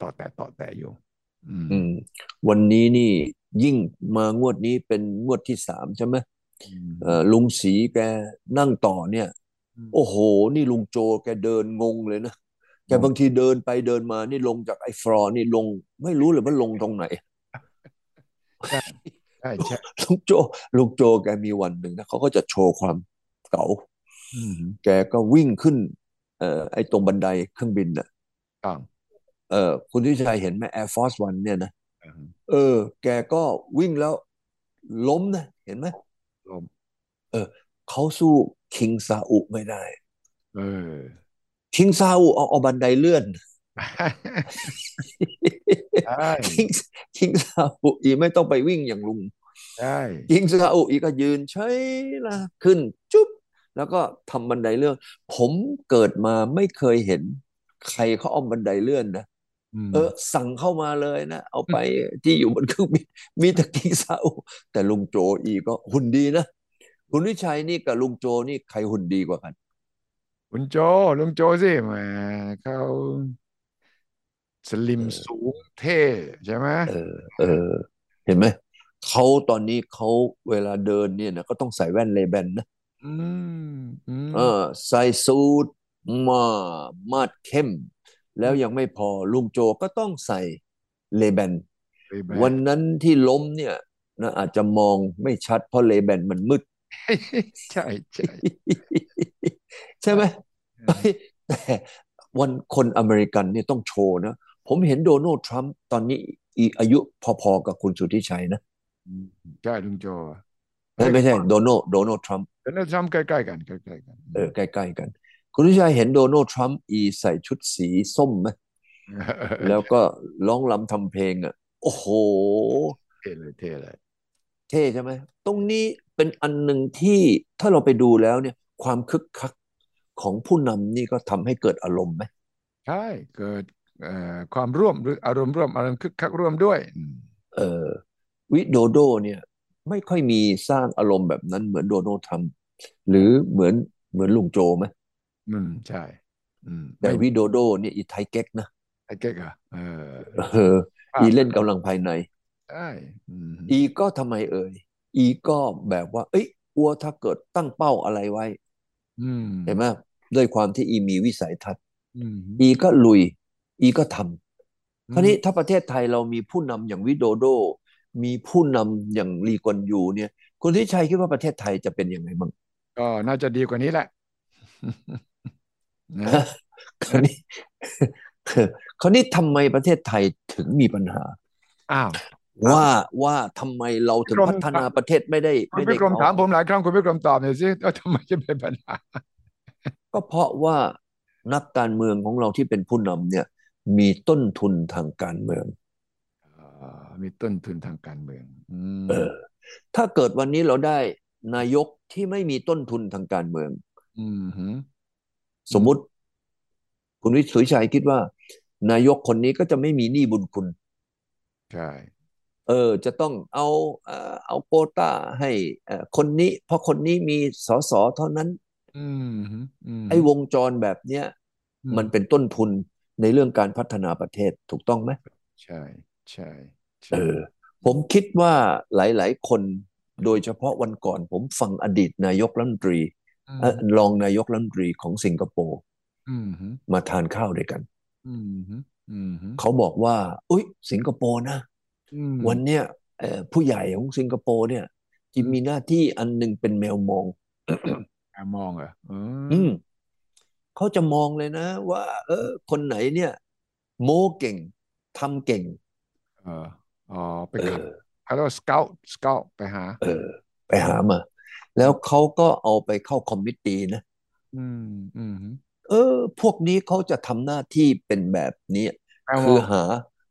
S1: ต่อแต่ต่อแต่อยู่ อืม
S2: อืม วันนี้นี่ยิ่งมางวดนี้เป็นงวดที่สามใช่ไหมเอ่อลุงศรีแกนั่งต่อเนี่ย โอ้โห นี่ลุงโจแกเดินงงเลยนะ แกบางทีเดินไปเดินมา นี่ลงจากไอ้ฟลอร์นี่ลง ไม่รู้เลยว่าลงตรงไหน
S1: ใช่ใช่
S2: ลุงโจ ลุงโจแกมีวันหนึ่งนะเขาก็จะโชว์ความเก๋า
S1: อืม
S2: แกก็วิ่งขึ้น เอ่อไอ้ตรงบันไดเครื่องบินน่ะ
S1: ต้อง
S2: เออคุณทิชัยเห็นไหม Air Force One เนี่ยนะ
S1: อืม
S2: เออ แกก็วิ่งแล้วล้มนะ เห็นไหม
S1: ลม
S2: เขาสู้คิงซาอุไม่ได้
S1: เอ อ
S2: คิงซาอุเอาเอาบันไดเลื่อน
S1: ใช่
S2: คิงคิงซาอุอีไม่ต้องไปวิ่งอย่างลุง
S1: ใช่
S2: ยิงซาอุอีก็ยืนเฉยละขึ้นจุ๊บแล้วก็ทำบันไดเลื่อน ผมเกิดมาไม่เคยเห็น ใครเขาเอาบันไดเลื่อนนะ
S1: ม
S2: เออ สั่งเข้ามาเลยนะ เอาไปที่อยู่บนเครื่องบินมีแต่กิงซาอุแต่ลุงโจอีก็หุ่นดีนะคุณวิชัยนี่กับลุงโจนี่ใครหุ่นดีกว่ากัน
S1: คุณโจลุงโจสิแหมเขาสลิม
S2: เออ
S1: สูงเท่ใช่ไหม
S2: เออ เออ เห็นไหมเขาตอนนี้เขาเวลาเดินเนี่ยนะก็ต้องใส่แว่นเลแบนนะ
S1: อืมอืม
S2: เออใส่สูทมามาดเข้ม แล้วยังไม่พอลุงโจก็ต้องใส่เลแบน
S1: ไปแบบ
S2: วันนั้นที่ล้มเนี่ยนะอาจจะมองไม่ชัดเพราะเลแบนมันมืด
S1: ใช่ใช่
S2: ใช่ไหมเอ้ยแต่วันคนอเมริกันเนี่ยต้องโชว์นะ ผมเห็นโดนัลด์ทรัมป์ตอนนี้อีอายุพอๆกับคุณสุทธิชัยนะ
S1: อืมใช่ลุงโจ
S2: เอ้ยไม่ใช่โดนัลด์โดนัลด์ทรัมป์
S1: แล้วเราทำใกล้ๆกันใกล้ๆกัน
S2: เออใกล้ๆกัน คุณสุทธิชัยเห็นโดนัลด์ทรัมป์อีใส่ชุดสีส้มไหม แล้วก็ร้องรำทำเพลงอ่ะ โอ้โห
S1: เท่เลยเท่เลย
S2: เท่ใช่ไหม ตรงนี้เป็นอันหนึ่งที่ถ้าเราไปดูแล้วเนี่ย ความคึกคักของผู้นำนี่ก็ทำให้เกิดอารมณ์ไหม
S1: ใช่เกิดเอ่อความร่วมหรืออารมณ์ร่วมอารมณ์คึกคักร่วมด้วยอืม
S2: เออวิโดโดเนี่ย ไม่ค่อยมีสร้างอารมณ์แบบนั้นเหมือนโดนัลด์ทรัมป์หรือเหมือนเหมือนลุงโจไหม
S1: อืมใช่อืม
S2: แต่
S1: ไม่
S2: วิโดโดเนี่ยอีไทยเก๊กนะ
S1: ไอ้เก๊กเหรอะเออ
S2: เอออีเล่นกำลังภายใน
S1: ใช่อืม
S2: อีก็ทำไมเอ่ยอีก็แบบว่า เอ้ยอัวถ้าเกิดตั้งเป้าอะไรไว้
S1: อืม
S2: เห็นไหมด้วยความที่อีมีวิสัยทัศน์
S1: อืม
S2: อีก็ลุย อีก็ทำคราวนี้ถ้าประเทศไทยเรามีผู้นำอย่างวิโดโด มีผู้นำอย่างลีกวนยูเนี่ย คุณทิชัยคิดว่าประเทศไทยจะเป็นยังไงบ้าง
S1: ก็น่าจะดีกว่านี้แห ละนะ
S2: คราวนี้ คราวนี้ทำไมประเทศไทยถึงมีปัญหา
S1: อ้าว
S2: ว่าว่าทำไมเราถึงพัฒนาประเทศไม่ได้
S1: คุณ
S2: ไม่
S1: พิ
S2: ได้
S1: กรมถาม
S2: เข้า
S1: ผมหลายครั้งคุณพิกรมตอบหน่อยสิว่าทำไมจะเป็นปัญหา
S2: ก็เพราะว่านักการเมืองของเราที่เป็นผู้นำเนี่ย มีต้นทุนทางการเมือง
S1: เอ่อมีต้นทุนทางการเมือง อืม
S2: เออ ถ้าเกิดวันนี้เราได้นายกที่ไม่มีต้นทุนทางการเมือง
S1: อืมหือ
S2: สมมุติ คุณวิสุทธิชัยคิดว่า นายกคนนี้ก็จะไม่มีหนี้บุญคุณ
S1: ใช่
S2: เออ จะต้องเอาเอ่อเอาโควต้าให้เอ่อคนนี้ เพราะคนนี้มีสสเท่านั้น
S1: อืมหืออืม
S2: ไอ้วงจรแบบเนี้ย
S1: อื
S2: มันเป็นต้นทุนในเรื่องการพัฒนาประเทศถูกต้องไหม
S1: ใช่ใช่ใช่
S2: เออผมคิดว่าหลาย ๆ คนโดยเฉพาะวันก่อน ผมฟังอดีตนายกรัฐมนตรี
S1: อืม
S2: เอ่อรองนายกรัฐมนตรีของสิงคโปร์
S1: อืมฮึ
S2: มาทานข้าวด้วยกัน
S1: อืมฮึอืมฮึ
S2: เขาบอกว่าอุ้ยสิงคโปร์นะ
S1: อืม
S2: วันเนี้ยเอ่อผู้ใหญ่ของสิงคโปร์เนี่ยจะมีหน้าที่อันหนึงเป็นแมวมอง
S1: อ่ะมองเหรออื
S2: อื
S1: ม
S2: มเขาจะมองเลยนะ ว่า เออ คนไหนเนี่ย โม้เก่งทำเก่ง
S1: เอออ๋อไป
S2: เอ
S1: ขับ
S2: อ
S1: เขาเรียกว่าสเกลสเกลไปหา
S2: เออ ไปหามา แล้วเขาก็เอาไปเข้าคอมมิตตีนะ
S1: อืมอืมฮึ
S2: เออ พวกนี้เขาจะทำหน้าที่เป็นแบบนี้
S1: แมวม
S2: คือ อง หา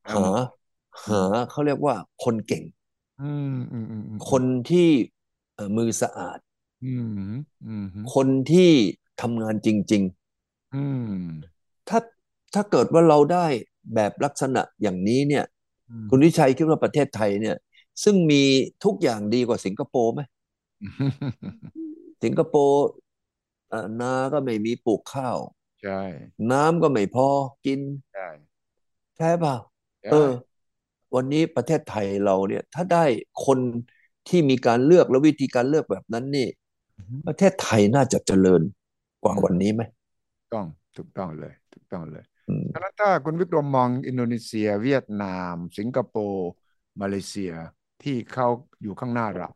S1: แมวมอ
S2: หา
S1: ง
S2: หาเขาเรียกว่าคนเก่ง
S1: อืมอืมอืมอืม
S2: ค
S1: อืม
S2: นที่เอ่อมือสะอาด
S1: อืมฮึอืมฮึ
S2: คนที่ทำงานจริง
S1: อืม
S2: ๆ ถ้าถ้าเกิดว่าเราได้แบบลักษณะอย่างนี้เนี่ย
S1: อืม
S2: คุณวิชัยคิดว่าประเทศไทยเนี่ย ซึ่งมีทุกอย่างดีกว่าสิงคโปร์ไหมสิงคโปร์เอ่อนาก็ไม่มีปลูกข้าว
S1: ใช่
S2: น้ำก็ไม่พอกิน
S1: ใช่
S2: ใช่เปล่า
S1: ใช่
S2: เออ วันนี้ประเทศไทยเราเนี่ย ถ้าได้คนที่มีการเลือกและวิธีการเลือกแบบนั้นนี่
S1: อือฮึ
S2: ประเทศไทยน่าจะเจริญกว่า
S1: อืม
S2: วันนี้ไหม
S1: ถูกต้องถูกต้องเลยถูกต้องเลย
S2: อืม
S1: ฉะนั้นถ้าคุณวิกรมมองอินโดนีเซีย เวียดนาม สิงคโปร์มาเลเซียที่เขาอยู่ข้างหน้าเรา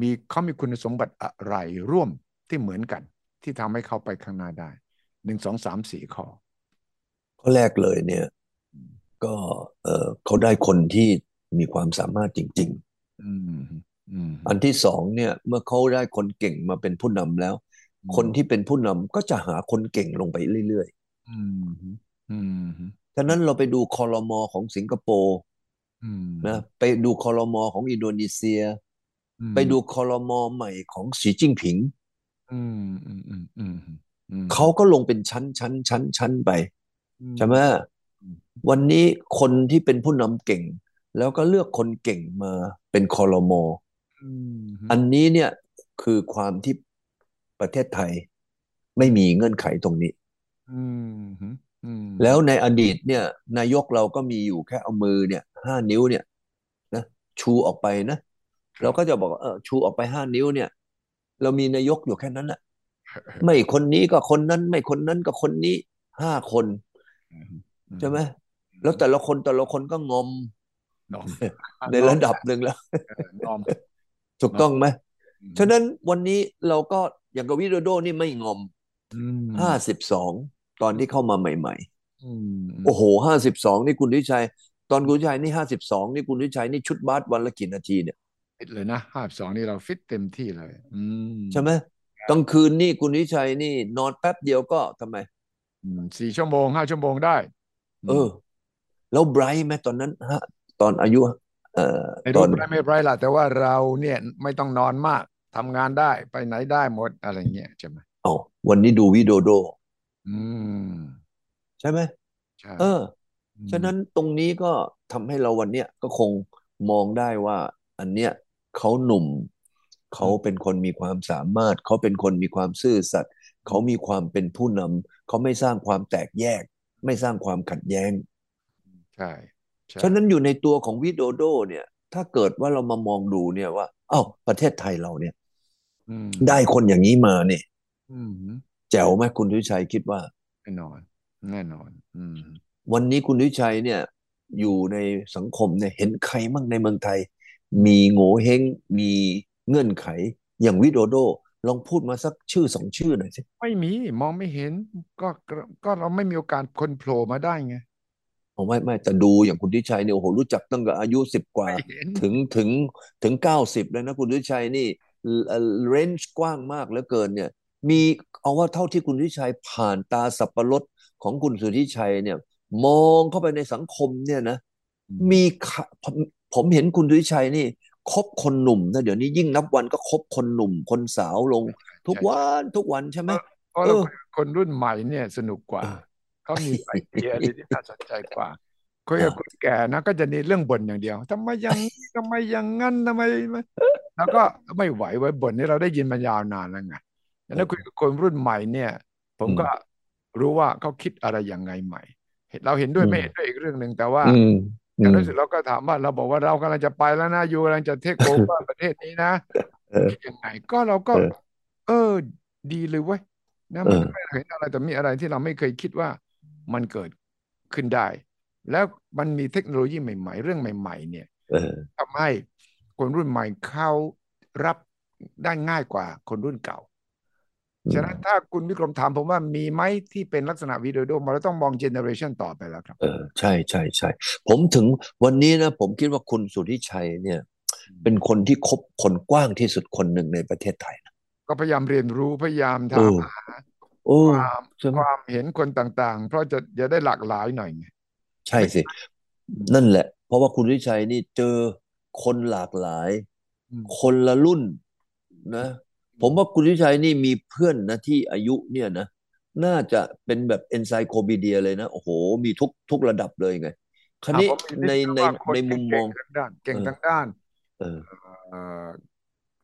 S1: มีเขามีคุณสมบัติอะไรร่วมที่เหมือนกัน ที่ทำให้เขาไปข้างหน้าได้หนึ่งสองสามสี่ข้อ
S2: ข้อแรกเลยเนี่ย ก็เออเขาได้คนที่มีความสามารถจริง
S1: อืมอืม
S2: ๆ อันที่สองเนี่ย เมื่อเขาได้คนเก่งมาเป็นผู้นำแล้ว
S1: อื
S2: คน
S1: ม
S2: ที่เป็นผู้นำก็จะหาคนเก่งลงไปเรื่อย
S1: อืมอืมอืม
S2: ๆฉะนั้นเราไปดูคอรมอของสิงคโปร์
S1: อืม
S2: นะไปดูคอรมอของอินโดนีเซีย
S1: อื
S2: ไป
S1: ม
S2: ดูคอรมอใหม่ของสีจิ้นผิง
S1: อืมอืมอืมอืมอืม
S2: เขาก็ลงเป็นชั้นชั้นชั้นชั้นไป
S1: อืม
S2: ใช่ไหม
S1: อืม
S2: วันนี้คนที่เป็นผู้นำเก่ง แล้วก็เลือกคนเก่งมาเป็นคอรมอ
S1: อืมฮึ
S2: อันนี้เนี่ยคือความที่ประเทศไทยไม่มีเงื่อนไขตรงนี้
S1: อืมฮึอืม
S2: แล้
S1: ฮึ
S2: วในอดีตเนี่ย นายกเราก็มีอยู่แค่เอามือเนี่ยห้านิ้วเนี่ยนะชูออกไปนะ
S1: ค
S2: เรา
S1: รับ
S2: ก็จะบอกว่าเออชูออกไปห้านิ้วเนี่ย เรามีนายกอยู่แค่นั้นแหละ
S1: เออ
S2: ไม่คนนี้ก็คนนั้น ไม่คนนั้นก็คนนี้ห้าคน
S1: อืมฮึอืม
S2: ใช่ไห
S1: ฮึ
S2: ม
S1: อืม
S2: แล้ว
S1: ฮึ
S2: แต่ละคนแต่ละคนก็งอม
S1: นอม
S2: ใน
S1: นอม
S2: ระดับหนึ่งแล้ว
S1: เออนอม
S2: ถูก
S1: นอ
S2: ต้อ
S1: ม
S2: งไหม
S1: อืม
S2: ฉะนั้นวันนี้เราก็อย่างกับวิโดโดนี่ไม่งอม
S1: อืม
S2: ห้าสิบสองตอนที่เข้ามาใหม่
S1: อืมอื
S2: ๆ
S1: ม
S2: โอ้โหห้าสิบสองนี่คุณวิชัย ตอนคุณวิชัยนี่ห้าสิบสองนี่คุณวิชัยนี่ชุดบาสวันละกี่นาทีเนี่ย
S1: ฟิตเลยนะห้าสองนี่เราฟิตเต็มที่เลย อืม
S2: ใช่ไหมกลางคืนนี่คุณวิชัยนี่นอนแป๊บเดียวก็ทำไม
S1: อืมสี่ชั่วโมงห้าชั่วโมงได้ อื
S2: เอ
S1: ม
S2: อ แล้วไบรท์ไหมตอนนั้นฮะตอนอายุเอ่อ
S1: ไม่
S2: ต
S1: รู้
S2: อน
S1: ไรไม่ไรล่ะแต่ว่าเราเนี่ยไม่ต้องนอนมากทำงานได้ไปไหนได้หมดอะไรเงี้ยใช่ไหม
S2: เอ้าวันนี้ดูวิโดโด
S1: อืม
S2: ใช่ไหม
S1: ใช่
S2: เออ
S1: อื
S2: ฉะ
S1: ม
S2: นั้นตรงนี้ก็ทำให้เราวันเนี้ยก็คงมองได้ว่า อันเนี้ยเขาหนุ่ม
S1: อื
S2: เขา
S1: ม
S2: เป็นคนมีความสามารถ เขาเป็นคนมีความซื่อสัตย์
S1: อื
S2: เขา
S1: ม
S2: มีความเป็นผู้นำเขาไม่สร้างความแตกแยก ไม่สร้างความขัดแย้ง
S1: ใช่ใช่
S2: ฉะนั้นอยู่ในตัวของวิโดโดเนี่ย ถ้าเกิดว่าเรามามองดูเนี่ยว่าอ้าวประเทศไทยเราเนี่ย
S1: อืม
S2: ได้คนอย่างนี้มาเนี่ย
S1: อืมฮึ
S2: แจ๋วไหมคุณทวิชัยคิดว่า
S1: แน่นอน แน่นอน อืม
S2: วันนี้คุณวิชัยเนี่ย อยู่ในสังคมเนี่ยเห็นใครมั่งในเมืองไทย มีโง่เฮงมีเงื่อนไข อย่างวิโดโด ลองพูดมาสักชื่อสองชื่อหน่อยสิ
S1: ไม่มีมองไม่เห็น ก็ก็ก็เราไม่มีโอกาสคนโผล่มาได้ไง
S2: ผมไม่ไม่แต่ดูอย่างคุณวิชัยเนี่ยโอ้โหรู้จักตั้งแต่อายุสิบกว่า
S1: ไม่เห็น
S2: ถึงถึงถึงเก้าสิบเลยนะคุณวิชัยนี่เรนจ์กว้างมากเหลือเกินเนี่ย มีเอาว่าเท่าที่คุณวิชัยผ่านตาสับปะรดของคุณสุทธิชัยเนี่ย มองเข้าไปในสังคมเนี่ยนะ
S1: อืม
S2: มีค่ะผมผมเห็นคุณดุยชัยนี่คบคนหนุ่มนะเดี๋ยวนี้ยิ่งนับวันก็คบคนหนุ่ม คนสาวลง ทุก
S1: ใช่
S2: วันทุกวันใช่ไห
S1: เอ
S2: ม
S1: อเพราะ
S2: เอ
S1: เรา
S2: อ
S1: คุยกับคนรุ่นใหม่เนี่ยสนุกกว่า เขามีไอเดีย อะไรที่น่าสนใจกว่า คุยกับคนแก่นะก็จะมีเรื่องบ่นอย่างเดียวทำไมอย่างนี้ทำไมอย่างนั้นทำไมไม่แล้วก็ไม่ไหวไว้บ่นนี่เราได้ยินมายาวนานแล้วไงแต่ถ้าคุยกับคนรุ่นใหม่เนี่ย ผม
S2: อืม
S1: ก็รู้ว่าเขาคิดอะไรยังไงใหม่เห็นเราเห็นด้ว
S2: อื
S1: ยไม่
S2: ม
S1: เห็นด้วยอีกเรื่องหนึ่งแต่ว่า
S2: อืม
S1: อ
S2: อื
S1: ย่าง
S2: ม
S1: น้อยสุดเราก็ถามว่าเราบอกว่าเรากำลังจะไปแล้วนะยูกำลังจะเทคโอเวอร์ประเทศนี้นะ
S2: เออ
S1: คิดยังไงก็เราก็
S2: เออ
S1: เอ อ ดีเลยเว้ยนะ
S2: เอ
S1: มัน
S2: อ
S1: ไม่เห็นอะไรแต่มีอะไรที่เราไม่เคยคิดว่ามันเกิดขึ้นได้ แล้วมันมีเทคโนโลยีใหม่ๆ เรื่องใหม่ ๆ เนี่ย
S2: เออ
S1: ทำให้คนรุ่นใหม่เข้ารับได้ง่ายกว่าคนรุ่นเก่า
S2: อืม
S1: ฉะนั้นถ้าคุณวิกรมถามผมว่ามีไหมที่เป็นลักษณะวิดีโอมาเราต้องมองเจเนอเรชันต่อไปแล้วครับ
S2: เออใช่ใช่ใช่ผมถึงวันนี้นะ ผมคิดว่าคุณสุทธิชัยเนี่ย เป็นคนที่คบคนกว้างที่สุดคนหนึ่งในประเทศไทยนะ
S1: ก็พยายามเรียนรู้พยายาม
S2: เอ
S1: ถาม
S2: อ
S1: หา
S2: โอ้
S1: ความ
S2: ใช่ไหม
S1: ความเห็นคนต่างๆ เพราะจะจะได้หลากหลายหน่อยไง
S2: ใช่สิ นั่นแหละ เพราะว่าคุณสุทธิชัยนี่เจอคนหลากหลาย
S1: อืม
S2: คนละรุ่นนะ ผมว่าคุณสุทธิชัยนี่มีเพื่อนนะที่อายุเนี่ยนะ น่าจะเป็นแบบเอนไซโคปีเดียเลยนะ โอ้โห มีทุกทุกระดับเลยไง คราวนี้
S1: อ่ะผมมี
S2: ใน
S1: นิด
S2: ใน
S1: ว่าค
S2: ในมุมม
S1: เก่
S2: อง
S1: ทางด้าน เก่ง
S2: เออ
S1: ทางด้าน
S2: เออ
S1: เอ่อ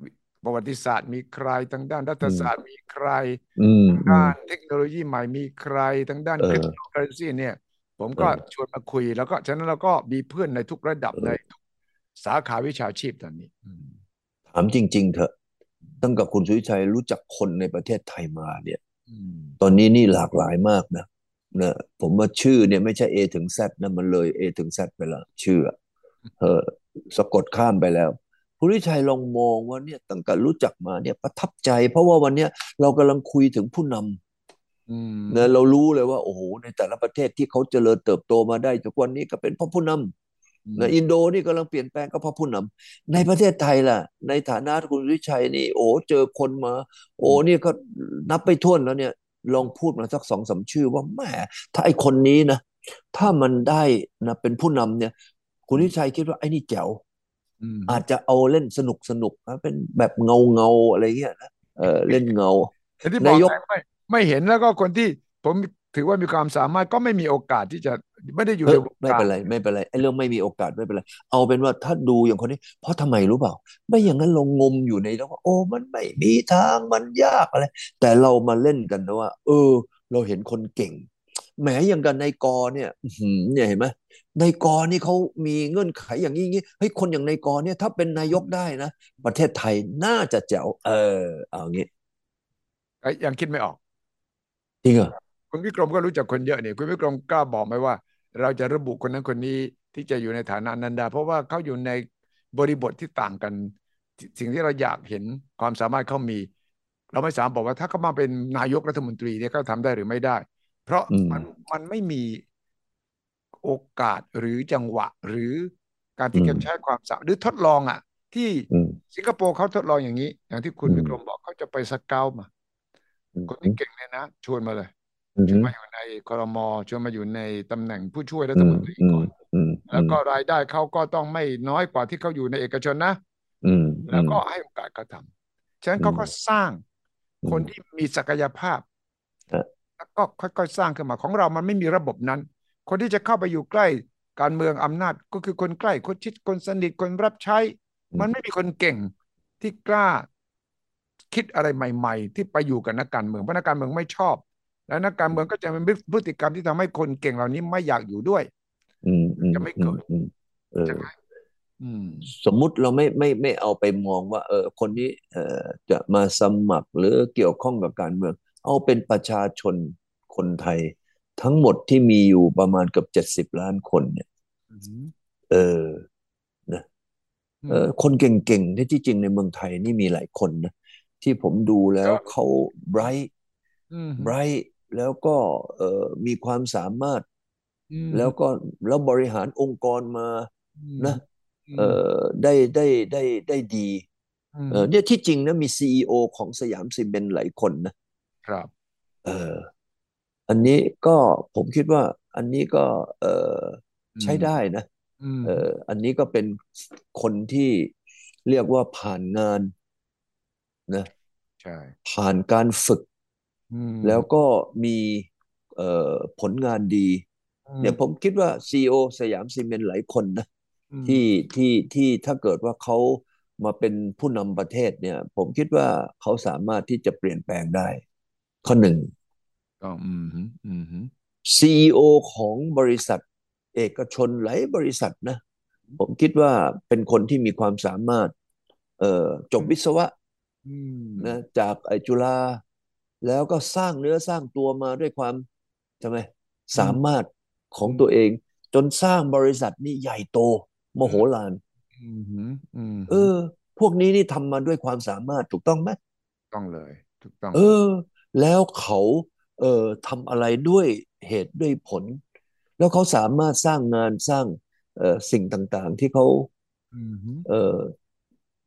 S1: วิประวัติศาสตร์มีใครทางด้านรัฐ
S2: อืม
S1: ศาสตร์มีใคร
S2: อืม
S1: ทาง
S2: อืม
S1: ด้านเทคโนโลยีใหม่มีใครทางด้าน
S2: เออ
S1: คริปโตเคอเรนซีเนี่ย ผมก็
S2: เออ
S1: ชวนมาคุยแล้วก็ฉะนั้นเราก็มีเพื่อนในทุกระดับ
S2: เออ
S1: ในทุกสาขาวิชาชีพตอนนี้อืม
S2: ถามจริง ๆ เถอะ ตั้งแต่คุณสุวิชัยรู้จักคนในประเทศไทยมาเนี่ย
S1: อืม
S2: ตอนนี้นี่หลากหลายมากนะนะผมว่าชื่อเนี่ยไม่ใช่ A ถึง Z นะมันเลย A ถึง Z ไปแล้วชื่ออะเออสะกดข้ามไปแล้วคุณวิชัยลองมองว่าเนี่ยตั้งแต่รู้จักมาเนี่ยประทับใจ เพราะว่าวันเนี้ยเรากำลังคุยถึงผู้นำ
S1: อืม
S2: นะเรารู้เลยว่าโอ้โหในแต่ละประเทศที่เขาเจริญเติบโตมาได้ทุกวันนี้ก็เป็นเพราะผู้นำนะอินโดนี่กำลังเปลี่ยนแปลงก็เพราะผู้นำในประเทศไทยล่ะ ในฐานะคุณวิชัยนี่ โอ้เจอคนมา โอ้นี่ก็นับไปถ้วนแล้วเนี่ย ลองพูดมาสักสองสามชื่อว่าแหมถ้าไอคนนี้นะ ถ้ามันได้นะเป็นผู้นำเนี่ย คุณวิชัยคิดว่าไอ้นี่แจ๋ว
S1: อืม
S2: อาจจะเอาเล่นสนุกสนุกนะเป็นแบบเงาเงาๆอะไรเงี้ยนะเออเล่นเงา
S1: แต่ที่บอก
S2: นายก
S1: ไม่ไม่เห็นแล้วก็คนที่ผมถือว่ามีความสามารถก็ไม่มีโอกาสที่จะไม่ได้อยู่
S2: เอ
S1: ใน
S2: อ
S1: วง
S2: ไม่
S1: กา
S2: เป็
S1: ร
S2: นไรไม่เป็นไรไอ้เรื่องไม่มีโอกาสไม่เป็นไร เอาเป็นว่าถ้าดูอย่างคนนี้ เพราะทำไมรู้เปล่า ไม่อย่างนั้นเรางมอยู่ในแล้วว่าโอ้มันไม่มีทางมันยากอะไร แต่เรามาเล่นกันนะว่า เออ เราเห็นคนเก่งแหมอย่างกันในายกอเนี่ยอื้อหือเนี่ยเห็นไหมในายกอนี่เขามีเงื่อนไขอย่างนี้อย่างนี้เฮ้ยคนอย่างในายกอเนี่ยถ้าเป็นนายกได้นะ ประเทศไทยน่าจะแจ๋วเออเอางี้
S1: เอ้ยยังคิดไม่ออก
S2: จริงเหรอ
S1: คุณวิกรมก็รู้จักคนเยอะนี่คุณวิกรมกล้าบอกไหมว่า เราจะระบุคนนั้นคนนี้ที่จะอยู่ในฐานะนันดา เพราะว่าเขาอยู่ในบริบทที่ต่างกันสิสิ่งที่เราอยากเห็นความสามารถเขามี เราไม่สามารถบอกว่าถ้าเขามาเป็นนายกรัฐมนตรีเนี่ยเขาทำได้หรือไม่ได้ เพราะ
S2: อืม
S1: มันมันไม่มีโอกาสหรือจังหวะ หรือการที่
S2: อืม
S1: จะใช้ความสามารถหรือทดลองอ่ะ ที่
S2: อืม
S1: สิงคโปร์เขาทดลองอย่างนี้ อย่างที่คุณ
S2: อืม
S1: วิกรมบอกเขาจะไปสเกามา
S2: อืม
S1: คนที่เก่งเลยนะ ชวนมาเลย
S2: อื
S1: ชวน
S2: ม
S1: มาอยู่ในครมชวนมาอยู่ในตำแหน่งผู้ช่วยรั
S2: อื
S1: ฐม
S2: ม
S1: นตรี
S2: อื
S1: ก่
S2: ม
S1: อน
S2: อืม
S1: แล้วก็รายได้เขาก็ต้องไม่น้อยกว่าที่เขาอยู่ในเอกชนนะ
S2: อืมอื
S1: แล้ว
S2: ม
S1: ก็ให้โอกาสเขาทำฉะนั้น
S2: อื
S1: เขา
S2: ม
S1: ก็สร้าง
S2: อื
S1: คน
S2: ม
S1: ที่มีศักยภาพ
S2: เออ
S1: แล้วก็ค่อยๆสร้างขึ้นมาของเรามันไม่มีระบบนั้น คนที่จะเข้าไปอยู่ใกล้การเมืองอำนาจก็คือคนใกล้คนชิดคนสนิทคนรับใช้
S2: อืม
S1: มันไม่มีคนเก่งที่กล้าคิดอะไรใหม่ ๆ ที่ไปอยู่กับนักการเมืองเพราะนักการเมืองไม่ชอบ และนักการเมืองก็จะเป็นพฤติกรรมที่ทำให้คนเก่งเหล่านี้ไม่อยากอยู่ด้วย
S2: อืมอืม
S1: จะไม่
S2: อืม
S1: เกิด
S2: อืมเออ
S1: ใช่ไหมอืม
S2: สมมุติเราไม่ไม่ไม่เอาไปมองว่า เออ คนนี้เออจะมาสมัครหรือเกี่ยวข้องกับการเมือง เอาเป็นประชาชนคนไทย ทั้งหมดที่มีอยู่ประมาณเกือบเจ็ดสิบล้านคนเนี่ย
S1: อืม
S2: เออนะเออ คนเก่งๆที่ที่จริงในเมืองไทยนี่มีหลายคนนะที่ผมดูแล้วเขาไบรท์
S1: อืม
S2: ไบรท์แล้วก็เออมีความสามารถ
S1: อืม
S2: แล้วก็แล้วบริหารองค์กรมา
S1: อืม
S2: นะ
S1: อื
S2: เอ
S1: ม
S2: อได้ได้ได้ได้ดี
S1: อืม
S2: เออเนี่ยที่จริงนะมีซีอีโอของสยามซีเมนต์หลายคนนะครับ เออ อันนี้ก็ผมคิดว่า อันนี้ก็เออ
S1: อื
S2: ใช้
S1: ม
S2: ได้นะ
S1: อืม
S2: เอออันนี้ก็เป็นคนที่เรียกว่าผ่านงานนะ
S1: ใช่
S2: ผ่านการฝึก
S1: อืม
S2: แล้วก็มีเอ่อผลงานดี
S1: อืม
S2: เนี่ยผมคิดว่าซีอสยามซีเมนต์หลายคนนะ
S1: อืม
S2: ที่ที่ที่ถ้าเกิดว่าเขามาเป็นผู้นำประเทศเนี่ย ผมคิดว่าเขาสามารถที่จะเปลี่ยนแปลงได้ ข้อหนึ่ง
S1: ก็อืมฮึอืมฮึ
S2: CEO ของบริษัท เอกชนหลายบริษัทนะ ผมคิดว่าเป็นคนที่มีความสามารถ เอ่อจบวิศวะ
S1: อืม
S2: นะจากไอจุฬาแล้วก็สร้างเนื้อสร้างตัวมาด้วยความทำไมสามารถของตัวเอง จนสร้างบริษัทนี่ใหญ่โตมโหฬาร
S1: อืมหืมอืมหืม
S2: เออ พวกนี้นี่ทำมาด้วยความสามารถถูกต้องไหม
S1: ต้องเลย ถูกต้อง
S2: เออ แล้วเขาเอ่อทำอะไรด้วยเหตุด้วยผล แล้วเขาสามารถสร้างงานสร้างเอ่อสิ่งต่างๆ ที่เขา
S1: อืมหืม
S2: เอ่อ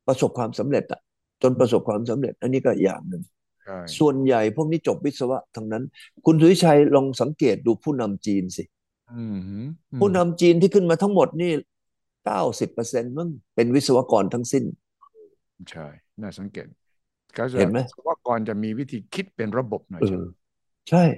S2: ประสบความสำเร็จอะจนประสบความสำเร็จ อันนี้ก็อย่างหนึ่ง
S1: ใช่
S2: ส่วนใหญ่พวกนี้จบวิศวะทั้งนั้น คุณสุวิชัยลองสังเกตดูผู้นำจีนสิ
S1: อืมหืมอืม
S2: ผู้นำจีนที่ขึ้นมาทั้งหมดนี่เก้าสิบเปอร์เซ็นต์มั้งเป็นวิศวกรทั้งสิ้น
S1: ใช่น่าสังเกตก็จะ
S2: เห็นไหม
S1: ว่าก่อนจะมีวิธีคิดเป็นระบบหน่อย
S2: เอ
S1: ใช่ไห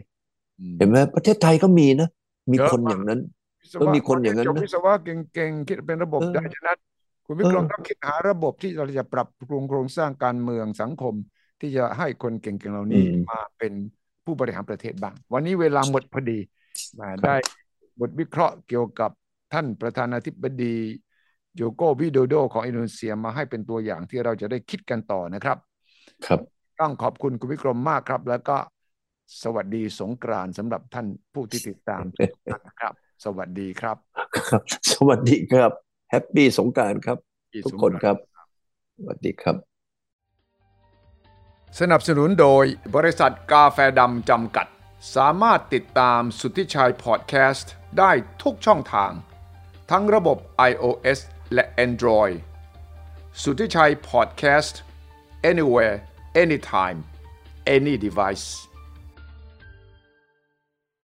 S1: ม
S2: อใช่
S1: อืม
S2: เห็นไหมประเทศไทยก็มีนะ มี
S1: เยอะ
S2: คน
S1: มาก
S2: อย่างนั้น
S1: วิศ
S2: เออ
S1: วะ
S2: มีคนอย่างนั้น
S1: จบ
S2: นะ
S1: วิศวะเก่งๆ คิดเป็นระบบ
S2: เออ
S1: ได้ฉะนั้นคุณวิ
S2: เอก
S1: รม
S2: อ
S1: ต้องคิดหาระบบที่เราจะปรับปรุงโครงสร้างการเมืองสังคม ที่จะให้คนเก่งๆ เหล่า
S2: อื
S1: นี้
S2: ม
S1: มาเป็นผู้บริหารประเทศบ้าง วันนี้เวลาหมดพอดีแหมาได้บทวิเคราะห์เกี่ยวกับท่านประธานาธิบดีโยโกวิโดโดของอินโดนีเซียมาให้เป็นตัวอย่างที่เราจะได้คิดกันต่อนะครับ
S2: ครับ
S1: ต้องขอบคุณคุณวิกรมมากครับ แล้วก็สวัสดีสงกรานต์สำหรับท่านผู้ที่ติดตามทุกท่านนะครับ สวัสดีครับ
S2: ครับ สวัสดีครับ แฮปปี้สงกรานต์ครับ
S1: อี
S2: ทุก
S1: สง
S2: คน
S1: กรานต์
S2: ครับ สวัสดีครับ
S1: สนับสนุนโดยบริษัทกาแฟดำจำกัด สามารถติดตามสุทธิชัยพอดแคสต์ได้ทุกช่องทาง ทั้งระบบ iOS และ Android สุทธิชัยพอดแคสต์ anywhere anytime any device